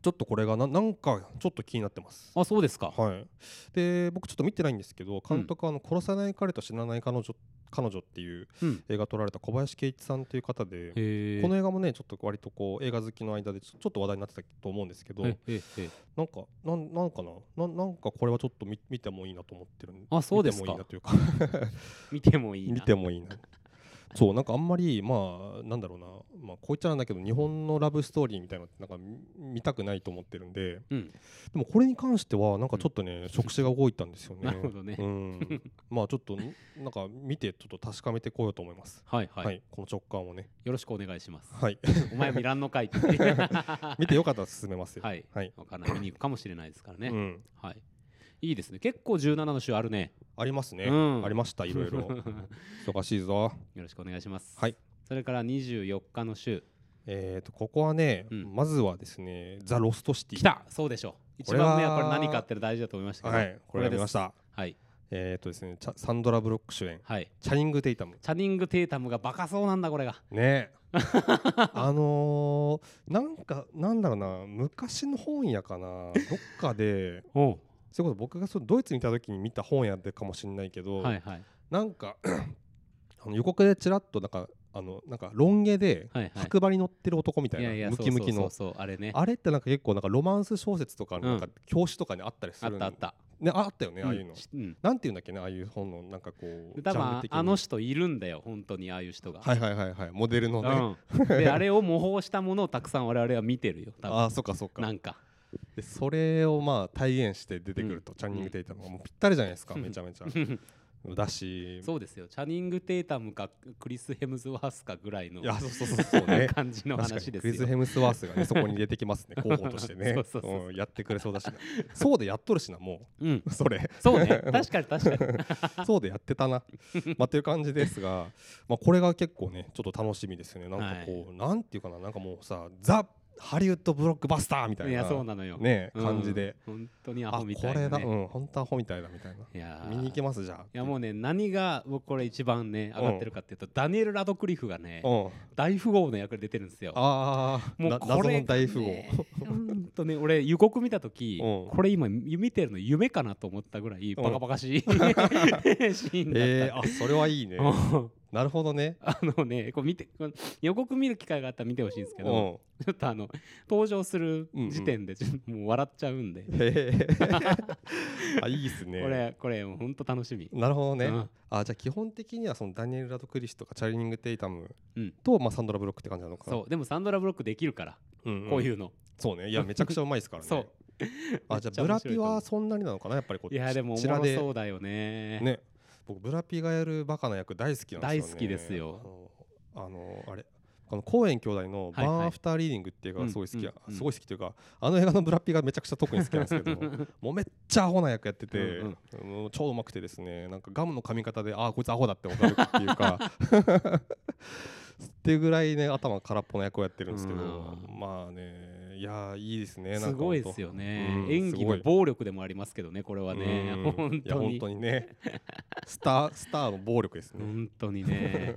B: ちょっとこれがななんかちょっと気になってます。
A: あそうですか
B: はい、で僕ちょっと見てないんですけど監督はあの「殺さない彼と死なない彼女彼女」っていう
A: うん
B: 映画撮られた小林圭一さんという方で
A: へえ
B: この映画もねちょっと割とこう映画好きの間でちょちょっと話題になってたと思うんですけど
A: えええ
B: なんかなんなんかなななんかこれはちょっと見見てもいいなと思ってるん
A: あそうですか
B: 見てもいいなというか
A: 見てもいいな
B: 見てもいいなそうなんかあんまりまあなんだろうなまあこう言っちゃなんだけど日本のラブストーリーみたいなのってなんか見見たくないと思ってるんで
A: うん
B: でもこれに関してはなんかちょっとね、触手が動いたんですよね
A: なるほどね
B: うん、まあちょっとなんか見てちょっと確かめてこようと思います
A: はいは、
B: はいい、この直感をね
A: よろしくお願いします
B: はい
A: お前見らんの かいっては
B: 見てよかったら進めますよ
A: い
B: はい、
A: わからない見に行くかもしれないですからね、
B: うん、
A: はいいいですね結構17の週ある ね
B: ありますね、
A: うん
B: ありましたいろ いろ
A: よ
B: 忙しいぞ
A: ろしくお願いします
B: はい
A: それから24日の週
B: えー、とここはね、
A: うん
B: まずはですねザ・ロストシティ
A: 来たそうでしょう一
B: これは
A: 番目はこれ何かって大事だと思いましたけど
B: はいこれが
A: で
B: 見
A: す
B: ました
A: はい
B: えー、とですねチャサンドラ・ブロック主演
A: はい
B: チャニング・テイタム
A: チャニング・テイタムがバカそうなんだこれが
B: ねあのー、なんかなんだろうな昔の本屋かなどっかで
A: お
B: それこそ僕がそうドイツにいた時に見た本屋でかもしれないけど、
A: はいはい
B: なんか あの予告でちらっとなんかあのなんかロン毛で
A: はいはい
B: 白馬に乗ってる男みたい
A: い
B: な、
A: やいや
B: ムキムキ
A: そう
B: の
A: そうそうそうあれねあ
B: あれってなんか結構なんかロマンス小説とかのなんか
A: う
B: 教師とかにあったりする
A: ったあった
B: ねあったよねああいうの、
A: うんうん
B: なんていうんだっけねああいう本のなんかこう
A: で多
B: ジャン
A: 分
B: ル的に
A: あの人いるんだよ本当にああいう人が
B: はいはいはいはいモデルのね、
A: うん、 であれを模倣したものをたくさん我々は見てるよ多分
B: ああそっかそっ
A: な
B: か
A: んか
B: でそれをまあ体現して出てくると、チャンニング・テイタムがもうぴったりじゃないですか
A: うん
B: めちゃ めちゃだし
A: そうですよチャニング・テータムかクリス・ヘムズワースかぐらいの
B: いや そうそうそうそうね
A: 感じの
B: 確か
A: 話
B: に
A: で
B: ク
A: す
B: リス・
A: よ
B: ヘムスワースがねそこに出てきますね 候補として
A: そ
B: ね
A: うそうそうそうん
B: やってくれそうだしなそうでやっとるしなも
A: うん
B: う それ
A: そうね確かに 確かに
B: そうでやってたなまあという感じですがまあこれが結構ねちょっと楽しみですよねなんかこう、なんていうかななんかもうさザ・ハリウッドブロックバスターみたいない
A: やそうなのよ、
B: ね
A: うん
B: 感じで、
A: 本当にア
B: あ
A: ホ
B: こ
A: みたい
B: れ
A: な、ね、
B: だうん本当アホみたいだみたいない
A: やー
B: 見に行けますじゃあ
A: いやもうね何が僕これ一番ね上がってるかっていうと、ダニエル・ラドクリフがね
B: うん
A: 大富豪の役で出てるんですよ
B: ああ、
A: も
B: な
A: うこ
B: 謎
A: れ
B: の大富豪。
A: ねうんとね俺予告見た時
B: うん
A: これ今見てるの夢かなと思ったぐらい
B: うん
A: バカバカし いシーンだった、
B: ええあ、それはいいね。
A: うん
B: なるほどね。
A: あのねこう見てこの予告見る機会があったら見てほしいんです
B: う
A: け
B: ん。
A: ど
B: へ
A: ちょっとあの登場する時点でちょっともう笑っちゃうんで、
B: え。 あ、いいですね。
A: こ。れこれもうほんと楽しみ、
B: なるほど
A: う
B: ね
A: ん。
B: あ、じゃあ基本的にはそのダニエル・ラドクリスとかチャリニング・テイタム
A: うん
B: とまあサンドラ・ブロックって感じなのかな。
A: そうでもサンドラブロックできるから、
B: うんん
A: こういうの
B: そうね。いや、めちゃくちゃうまいですからね。
A: そう。
B: あ、じゃあブラピはそんなになのかなやっぱりこう。
A: いやでもお
B: ち
A: も
B: ら
A: ろ
B: で
A: そうだよね
B: ね。僕ブラピがやるバカな役大好きなんですよね。
A: 大好きですよ
B: あの。あのあれ。このコーエン兄弟の「
A: は
B: バ
A: い
B: ー
A: は
B: ン・
A: い
B: アフター・リーディング」っていう映画がすごい好きや、
A: うんうんうん
B: すごい好きというかあの映画のブラッピーがめちゃくちゃ特に好きなんですけど もうめっちゃアホな役やってて、
A: うん
B: もう超うまくてですねなんかガムの噛み方でああこいつアホだって分かるっていうか っていうぐらいね頭空っぽな役をやってるんですけど、
A: うん
B: まあねいやーいいですねなんか
A: すごいですよ
B: ほん
A: ね、
B: とうん
A: 演技
B: すご
A: の
B: い
A: 暴力でもありますけどねこれはね
B: うん
A: 本
B: いや
A: 当
B: 本
A: に
B: 当にねスタースターの暴力ですね、
A: 本当にね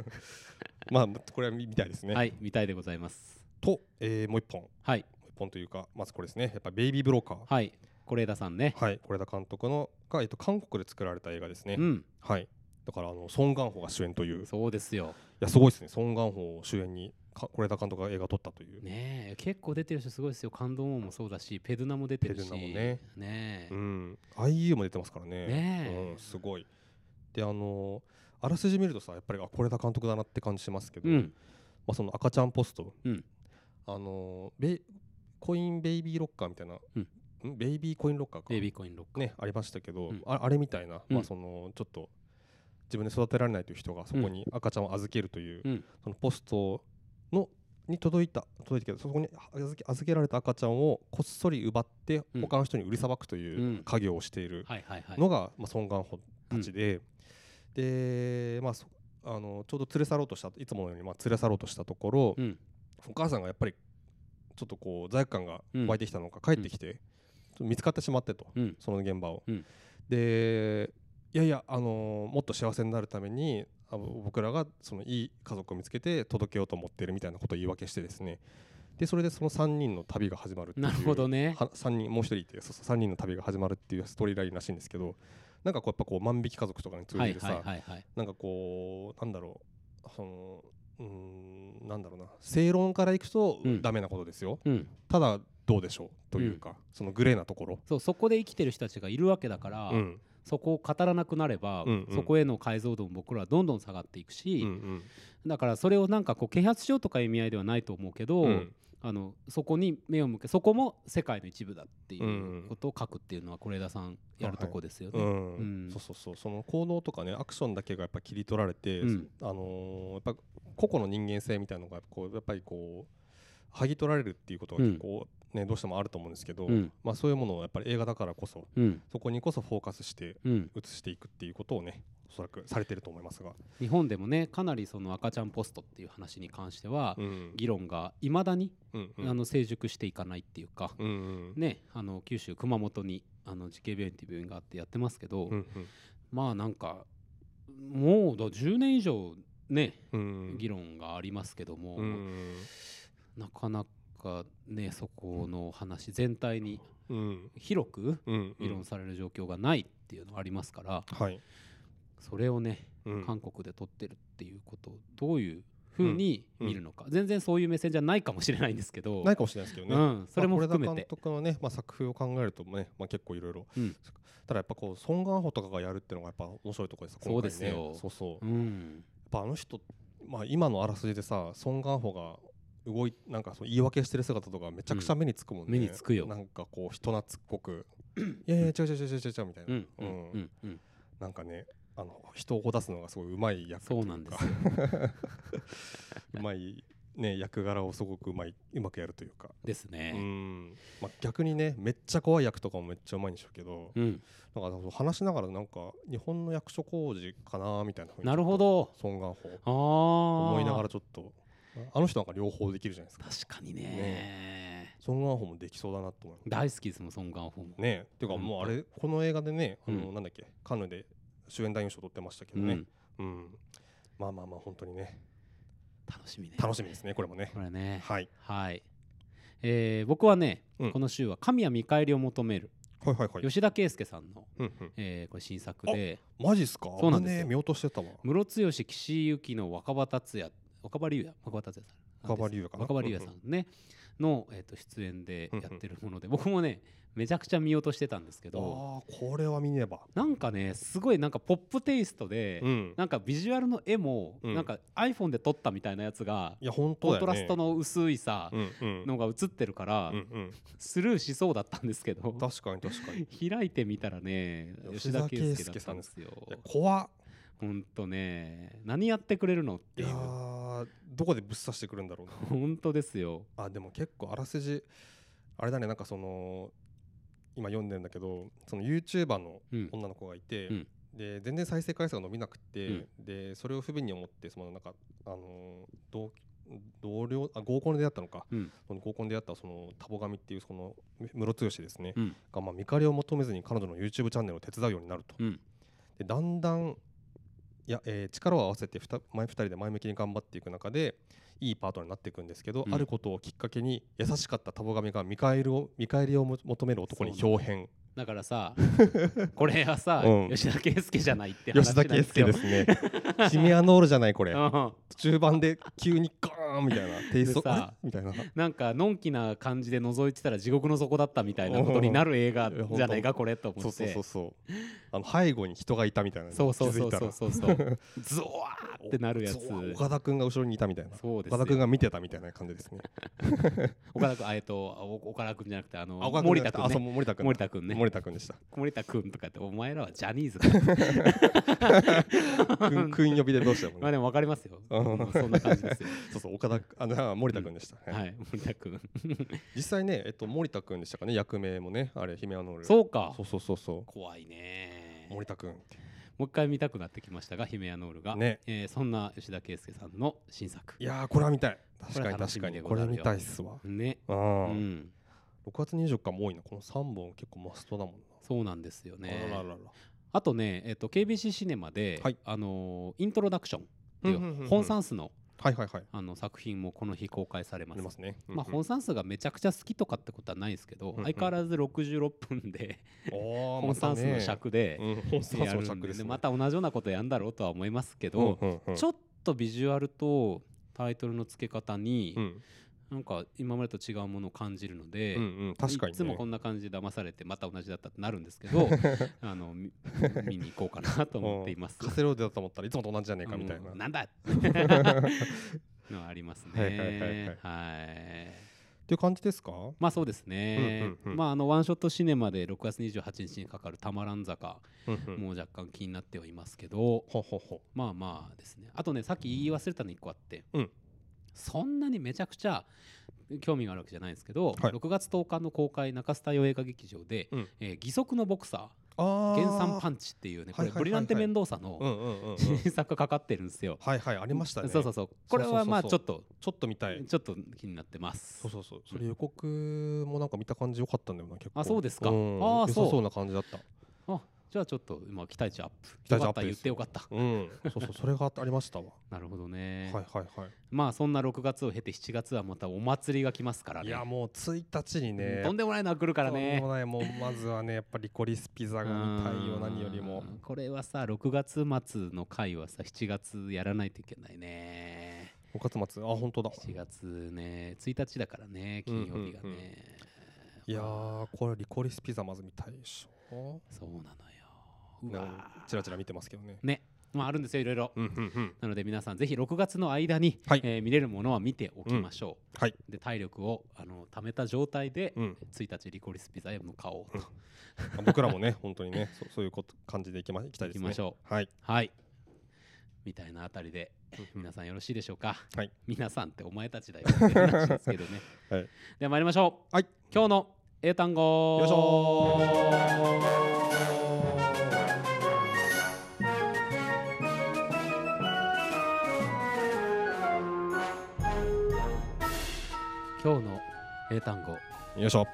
B: まあこれは見たいですね、
A: はい見たいでございます
B: と、えーもう一本も
A: はいう
B: 一本というかまずこれですねやっぱベイビーブローカー
A: はい是枝さんね
B: はい是枝監督のが、えっと、韓国で作られた映画ですね、
A: うん
B: はいだからあのソン・ガンホが主演というい
A: そうですよ
B: やすごいですねソン・ガンホを主演にか是枝監督が映画を撮ったという、
A: ねえ結構出てる人すごいですよ感動王もそうだしペドゥナも出てるし
B: ペドゥナもね
A: ねえ
B: うん IU も出てますからね
A: ねえ
B: うん、すごいであのあらすじ見るとさやっぱりあ是枝監督だなって感じしますけど、
A: うん
B: まあ、その赤ちゃんポスト、
A: うん
B: あのベイコインベイビーロッカーみたいな、
A: うん
B: んベイビーコインロッカーか
A: ベイビーコインロック、
B: ね、ありましたけど、
A: うん
B: ああれみたいな、
A: うん
B: まあ、そのちょっと自分で育てられないという人がそこに赤ちゃんを預けるという、
A: うん
B: そのポストのに届いた届いたけどそこに預け預けられた赤ちゃんをこっそり奪って
A: うん
B: 他の人に売りさばくと
A: う
B: い
A: ん
B: う家業をしている
A: はいはいはい
B: のが、まあ、ソン・ガンホたちで、で、まあ、そあのちょうど連れ去ろうとしたいつものようにまあ連れ去ろうとしたところ、
A: うん
B: お母さんがやっぱりちょっとこう罪悪感が
A: うん
B: 湧いてきたのか、帰ってきて、ちょっと見つかってしまってと、
A: うん
B: その現場を。
A: うん
B: でいやいや、あのーもっと幸せになるためにあの僕らがそのいい家族を見つけて届けようと思ってるみたいなことを言い訳してですねでそれでその3人の旅が始まるっていう
A: なるほどね
B: は3人もう1人いてそうそう3人の旅が始まるっていうストーリーラインらしいんですけどなんかこうやっぱこう万引き家族とかに通
A: は
B: じ
A: い
B: るさ、
A: はいはいはい
B: なんかこうなんだろうそのうーんなんだろうな正論からいくと
A: うん
B: ダメなことですよ、
A: うん
B: ただどうでしょうというか、そのグレーなところ、
A: そうそこで生きてる人たちがいるわけだから、
B: うん
A: そこを語らなくなれば、
B: うんうん
A: そこへの解像度も僕らはどんどん下がっていく
B: うんう
A: し、
B: ん
A: だからそれをなんかこう啓発しようとかいう意味合いではないと思うけど、
B: うん
A: あのそこに目を向けそこも世界の一部だってい
B: んう
A: うんことを書くっていうのは是枝さんやるとこですよね。
B: うん
A: うん
B: そうそうそうその行動とかねアクションだけがやっぱ切り取られて、
A: うん
B: あのーやっぱ個々の人間性みたいなのがこうやっぱりこう剥ぎ取られるっていうことが結構、ねどうしてもあると思うんですけど、
A: うん
B: まあ、そういうものをやっぱり映画だからこそ
A: うん
B: そこにこそフォーカスして
A: うん、
B: 映していくっていうことをねおそらくされてると思いますが、
A: 日本でもねかなりその赤ちゃんポストっていう話に関しては、
B: うん
A: 議論がいまだに、
B: うん
A: あの成熟していかないっていうか、
B: うんうん
A: ね、あの九州熊本にあの慈恵病院っていう病院があってやってますけど、
B: うん
A: まあなんかもうだ10年以上ね、
B: うん
A: 議論がありますけども、
B: うん
A: なかなかねそこの話全体に
B: うん
A: 広く
B: うん
A: 議論される状況がないっていうのがありますから、
B: はい、
A: それをね
B: うん
A: 韓国で取ってるっていうことをどういうふうに見るのか、全然そういう目線じゃないかもしれないんですけど
B: ないかもしれないですけどね、
A: うん、それも
B: まあ是枝
A: 含めて
B: 監。督のね、まあ、作風を考えるとね、まあ、結構いろいろ
A: うん
B: ただやっぱこうソン・ガンホとかがやるっていうのがやっぱ面白いところです今
A: そう
B: 回ね
A: ですよ
B: そうそう、
A: う
B: やっ
A: ん
B: ぱあの人、まあ、今のあらすじでさソン・ガンホが動いなんかその言い訳してる姿とかめちゃくちゃ目につくもんね、
A: 目につくよ
B: なんかこう人懐っこく「いやいや違う違う違う違う違う」みたいな、
A: うんうんうんうん
B: なんかねあの人を出すのがすごいうまい役と
A: そ
B: い
A: う
B: か
A: うなんですよ。
B: うまい、ね、役柄をすごくうまいうまくやるというか
A: です
B: う
A: ね。
B: ん、まあ、逆にねめっちゃ怖い役とかもめっちゃうまいんでしょうけど、
A: うん、
B: なんかその話しながらなんか日本の役所工事かなみたいな風に
A: なるほど。
B: ソン・ガンホ
A: ああ。
B: 思いなが
A: ら。
B: らちょっとあの人なんか両方できるじゃないですか
A: 確かにね
B: ソン・ガンホもできそうだなと思います
A: 大好きですもん、ソン・ガンホも。
B: ねえていうかもうあれこの映画でねあ
A: う
B: の
A: ん
B: なんだっけカンヌで主演男優賞取ってましたけ
A: う
B: どね
A: ん、
B: うん、まあまあまあ本当にね
A: 楽しみね。
B: 楽しみですねこれもね
A: これね。
B: はい
A: はい。えー僕はね、
B: うん
A: この週は神谷見返りを求める、
B: はいはいはい、
A: 吉田圭佑さんの、
B: うんうん、
A: えーこれ新作で
B: マジっすか
A: そうなんですよ
B: 危ねえ見落としてたわ
A: ムロツヨシ岸井ゆきの若葉達也若葉龍也若葉達也さん
B: 若葉龍也かな
A: 若葉龍也さんね、の、えー、と出演でやってるもので、僕もねめちゃくちゃ見落としてたんですけ
B: ああ
A: ど
B: これは見ねば
A: なんかねすごいなんかポップテイストで、
B: うん
A: なんかビジュアルの絵も、
B: うん
A: なんか iPhone で撮ったみたいなやつが
B: いや本当
A: コ
B: だ
A: ン
B: よね
A: トラストの薄いさ、
B: うんうん
A: のが映ってるから、
B: うんうん
A: スルーしそうだったんですけど
B: 確かに確かに い
A: 開いてみたらね吉
B: 吉
A: 田
B: 田
A: 圭
B: 圭
A: 佑だ
B: 佑
A: った
B: さ
A: ん
B: ん
A: で
B: です
A: よ。
B: や怖っ
A: ほんとね何やってくれるのっ
B: い
A: てい
B: や
A: う
B: ーどこでぶっ刺してくるんだろうな
A: 本当ですよ。
B: あでも結構あらすじあれだねなんかその今読んでんだけどその YouTuber の
A: うん
B: 女の子がいて、
A: うん
B: で全然再生回数が伸びなくて、でそれを不便に思ってそのなんかあのー同同僚あ合コンで出会ったのか
A: うん
B: その合コンで出会ったそのタボ神っていうそのムロツヨシですね、
A: うん
B: がまあ見返りを求めずに彼女の YouTube チャンネルを手伝うようになると、
A: うん
B: でだんだんいや、えー力を合わせてふた前2人で前向きに頑張っていく中でいいパートナーになっていくんですけど、
A: うん
B: あることをきっかけに優しかったタボ神が見返りを見返りをも求める男に
A: そう
B: 豹変
A: だから さこれはさ、
B: うん
A: 吉田圭佑じゃないって話
B: 吉
A: な
B: 田
A: んで
B: 圭
A: す
B: 佑
A: よ
B: ですねシミアノールじゃないこれ
A: うん
B: 中盤で急にガーンみたいなテイスト
A: でさ
B: あれみたいな
A: なんかのんきな感じで覗いてたら地獄の底だったみたいなことになる映画じゃないかこれと思って
B: そうそうそうそうあの背後に人がいたみたいな
A: そうそうそう
B: 気づいた
A: そうそ
B: ら
A: うそうズワーってなるやつ
B: そう岡田君が後ろにいたみたいな
A: そうですよ
B: 岡田君が見てたみたいな感じですね
A: 岡田君あえっとお岡田君じゃなくてあの
B: あ岡
A: 森
B: 君じ
A: 田
B: ゃなくて
A: 君
B: あそう
A: ね
B: 森田君だ
A: 森田君ね
B: 森田君でした
A: 森田君とかってお前らはジャニーズ か
B: 君君呼びでどうしたもん
A: まあ
B: ね
A: でも分かりますよ
B: うん
A: そんな感じですよ
B: そうそう岡田あのあ森田君でしたはい
A: はい森田君
B: 実際ねえっと森田君でしたかね役名もねあれ姫アノール
A: そうか
B: そうそうそうそ
A: 怖いね
B: う森田君って
A: もう一回見たくなってきましたがヒメアノールが
B: ね
A: えーそんな吉田圭佑さんの新作
B: いやーこれは見たい
A: こ
B: 確
A: れ
B: か
A: は
B: に
A: 楽しみ
B: 確か
A: で
B: に
A: ご
B: こ
A: ざ
B: れ
A: るよ
B: 見たいっすわ
A: ね
B: あ
A: う
B: ー
A: ん
B: 6月24日も多いなこの3本結構マストだもん
A: そうなんですよ
B: な
A: ね
B: あらららら
A: あとね、えっと KBC シネマで、
B: はい
A: あのーイントロダクションっていう
B: うんうんうんうん
A: 本サンスの
B: はいはいはい
A: あの作品もこの日公開されま
B: あ
A: す。
B: りますね
A: まあ、本サンスがめちゃくちゃ好きとかってことはないですけど、
B: んうん
A: 相変わらず66分で
B: 本
A: 本サンスの尺で
B: うん本サン
A: やる
B: ス
A: ん
B: の
A: で,、
B: 尺ですね
A: また同じようなことやんだろうとは思いますけ
B: うん
A: ど、
B: うんうん
A: ちょっとビジュアルとタイトルの付け方に、
B: うん
A: なんか今までと違うものを感じるので、
B: うんうん確かに
A: いつも
B: ね
A: こんな感じで騙されてまた同じだったってなるんですけ どあのみ見に行こうかなと思っています。
B: カセローデだと思ったらいつもと同じじゃねえかみたい
A: うん
B: な
A: なんだのありますね。は
B: はいいはいはいはいっていう感じですか
A: まあそうですね。
B: うんうんうん
A: まああのワンショットシネマで6月28日にかかるたまらん坂、
B: うんうん
A: もう若干気になってはいますけど、
B: ほうほうほ
A: まあまあですね。あとね、さっき言い忘れたの1個あって、
B: うん
A: そんなにめちゃくちゃ興味があるわけじゃないんですけど、
B: はい
A: 6月10日の公開中須田洋映画劇場で、
B: うん
A: えー義足のボクサ
B: うあ
A: ー
B: ー
A: 原産パンチっていうね、これ
B: はいはいはいはい
A: ブリランテメンドーサ
B: う
A: の
B: んうんうんうん
A: 新作がかかってるんですよ。
B: はいはいありましたね
A: そうそうそう。これはまあ
B: そう
A: ちょ
B: そう
A: っと
B: ちょっと見たい
A: ちょっと気になってます。
B: そうそうそうそれ予告もなんか見た感じ良かったんだよな結構
A: あそうですか
B: ん
A: あー
B: 良さ
A: そう
B: そうな感じだった
A: あじゃあちょっとまあ期待値アップ。
B: 期待値アップ
A: よかった言
B: で
A: っ
B: す
A: てよかった。
B: うんそうそうそれがありましたわ
A: なるほど ね。
B: はいはいはい
A: まあそんな6月を経て7月はまたお祭りが来ますからね。
B: いやもう1日に
A: うん
B: ね
A: とんでもないのが来るから
B: とんで
A: ね。
B: もないもうまずはねやっぱりコリスピザが見たいよ
A: うん
B: 何よりも
A: これはさ6月末の回はさ7月やらないといけないね
B: 岡松あ本当だ
A: 7月ね1日だからね金曜日がね、
B: うんうんうんいやーこれリコリスピザまず見たいでしょ
A: そうなのよう
B: なん
A: わ
B: かチラチラ見てますけどね
A: ーねまああるんですよいろいろ、
B: うんうんうん
A: なので皆さんぜひ6月の間に、
B: はい
A: えー見れるものは見ておきましょう、
B: はい
A: で体力をあの貯めた状態で、
B: うん
A: 1日リコリスピザへ向かおうと、
B: 僕らもね 本当にねそうそういうこと感じでいきまいきたいですね
A: いきましょ
B: はい
A: はいみたいなあたりで皆さんよろしいでしょうか、
B: はい
A: 皆さんってお前たちだよって話ですけどね、
B: はい
A: では参りましょう、
B: はい
A: 今日の英単語
B: よいしょ
A: 今日の英単語
B: よいしょ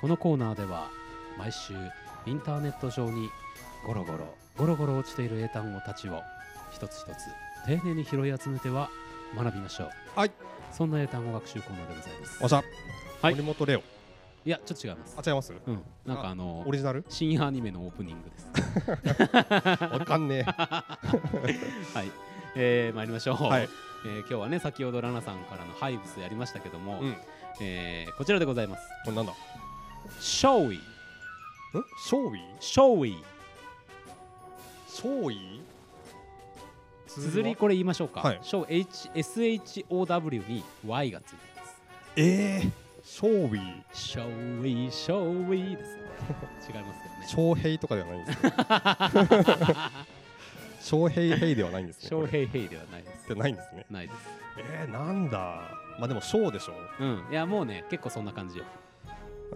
A: このコーナーでは毎週インターネット上にゴロゴロゴロゴロ落ちている英単語たちを一つ一つ丁寧に拾い集めては学びましょう
B: はい
A: そんな英単語学習コーナーでございます
B: おっしゃ、
A: はい
B: 森本レオ
A: いやちょっと違います
B: あ違います
A: うんなんかあの
B: オリジナル
A: 新アニメのオープニングです
B: わかんね
A: はい、えー、参りましょう、
B: えはい
A: えー今日はね先ほどラナさんからのハイブスやりましたけども、
B: うん
A: えーこちらでございます
B: これなんだん
A: ショーイ
B: ショーウィー
A: ショーイ
B: ショーウィー
A: 綴りこれ言いましょうか、
B: はい
A: ショー H SHOW に Y がついてます
B: えー、ショーウィー
A: ショーイショーイですよね違いますけどね
B: 翔平とかではないんで すね翔平平ではないんですね
A: ショー
B: これ
A: ヘイヘイではないで
B: って
A: す
B: ないんですね
A: ないです
B: えー、なんだまあでも翔でしょ
A: うんいやもうね結構そんな感じよ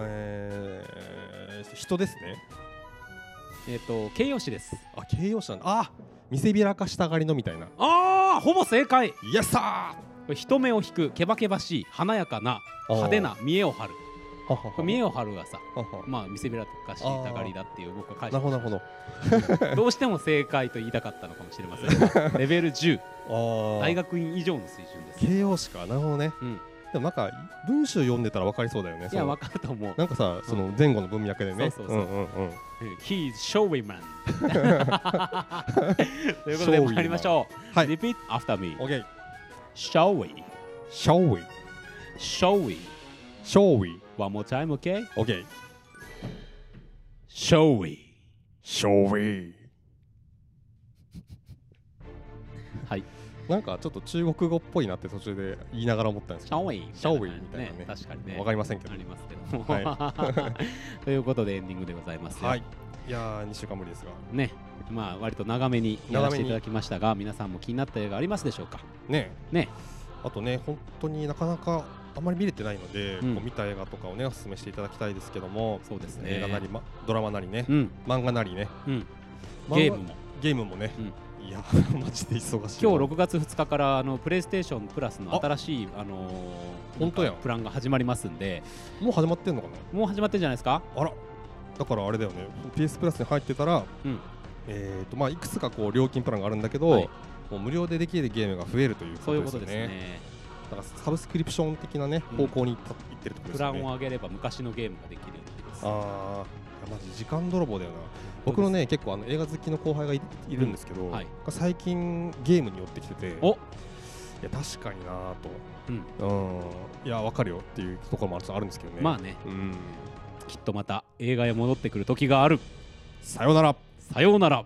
B: えー、人ですね
A: えっ、と形容詞です
B: あ形容詞なんだあ見せびらかしたがりのみたいな
A: ああほぼ正解こ
B: イエスサ
A: れ人目を引くけばけばしい華やかな
B: あー
A: 派手な見栄を張る
B: ーはは
A: これ見栄を張るがさ
B: はは
A: まあ見せびらかしたがりだっていう僕は解
B: なる
A: 釈
B: ほどなるほ
A: どうしても正解と言いたかったのかもしれませんがレベル10
B: どあー
A: 大学院以上の水準です、
B: 形容詞かなるほどね
A: うん、
B: でもなんか文章読んでたら分かりそうだよね
A: い
B: そ
A: や
B: の
A: 分かると思う
B: なんかさその前後の文脈でね
A: そうそうそうん
B: うんうん
A: うん He's showing man ということで
B: Showing man
A: 参りましょう、
B: はい
A: Repeat after me
B: OK
A: Shall we?
B: shall we
A: Shall we?
B: shall we
A: One more time, okay?
B: OK
A: Shall we?
B: shall we
A: はい
B: なんかちょっと中国語っぽいなって途中で言いながら思ったんですけど
A: Shall we?
B: Shall we? みたいなね
A: 確かにね
B: わかりませんけど
A: ありますけども、 ということでエンディングでございますよ
B: はいいやー2週間ぶりですが
A: ねまあ割と長めにやらせていただきましたが皆さんも気になった映画ありますでしょうか
B: ね
A: ね
B: あとね本当になかなかあまり見れてないので、
A: うん
B: こう見た映画とかをねお勧めしていただきたいですけども
A: そうですね
B: 映画なり、ま、ドラマなりね、
A: うん
B: 漫画なりね
A: うん
B: 漫画
A: ゲームも
B: ゲームもね、いや マジで忙しい
A: 今日6月2日からあのプレイステーションプラスの
B: あ
A: 新しいあのー
B: 本当やん
A: プランが始まりますんで
B: もう始まってんのか
A: もう始まってるんじゃないですか
B: なあらだからあれだよね PS プラスに入ってたら、
A: うん
B: えーとまあ、いくつかこう料金プランがあるんだけど、
A: はい
B: もう無料でできるゲームが増えるという
A: そういう
B: こ
A: ことと
B: で
A: ですす
B: よね
A: ね
B: だからサブスクリプション的な、ね、
A: うん
B: 方向にいったいってるってこと
A: プ
B: です
A: ラ
B: よ
A: ン
B: ね
A: を上げれば昔のゲームができるようになります
B: あーいやマジ時間泥棒だよな僕のね結構あの映画好きの後輩がいいるんですけど、
A: はい
B: 最近ゲームに寄ってきてて
A: お
B: いや確かになー
A: うん
B: と、うん、いやわかるよっていうところもあるあるんですけどね
A: まあね
B: うん
A: きっとまた映画へ戻ってくる時がある
B: さようなら
A: さようなら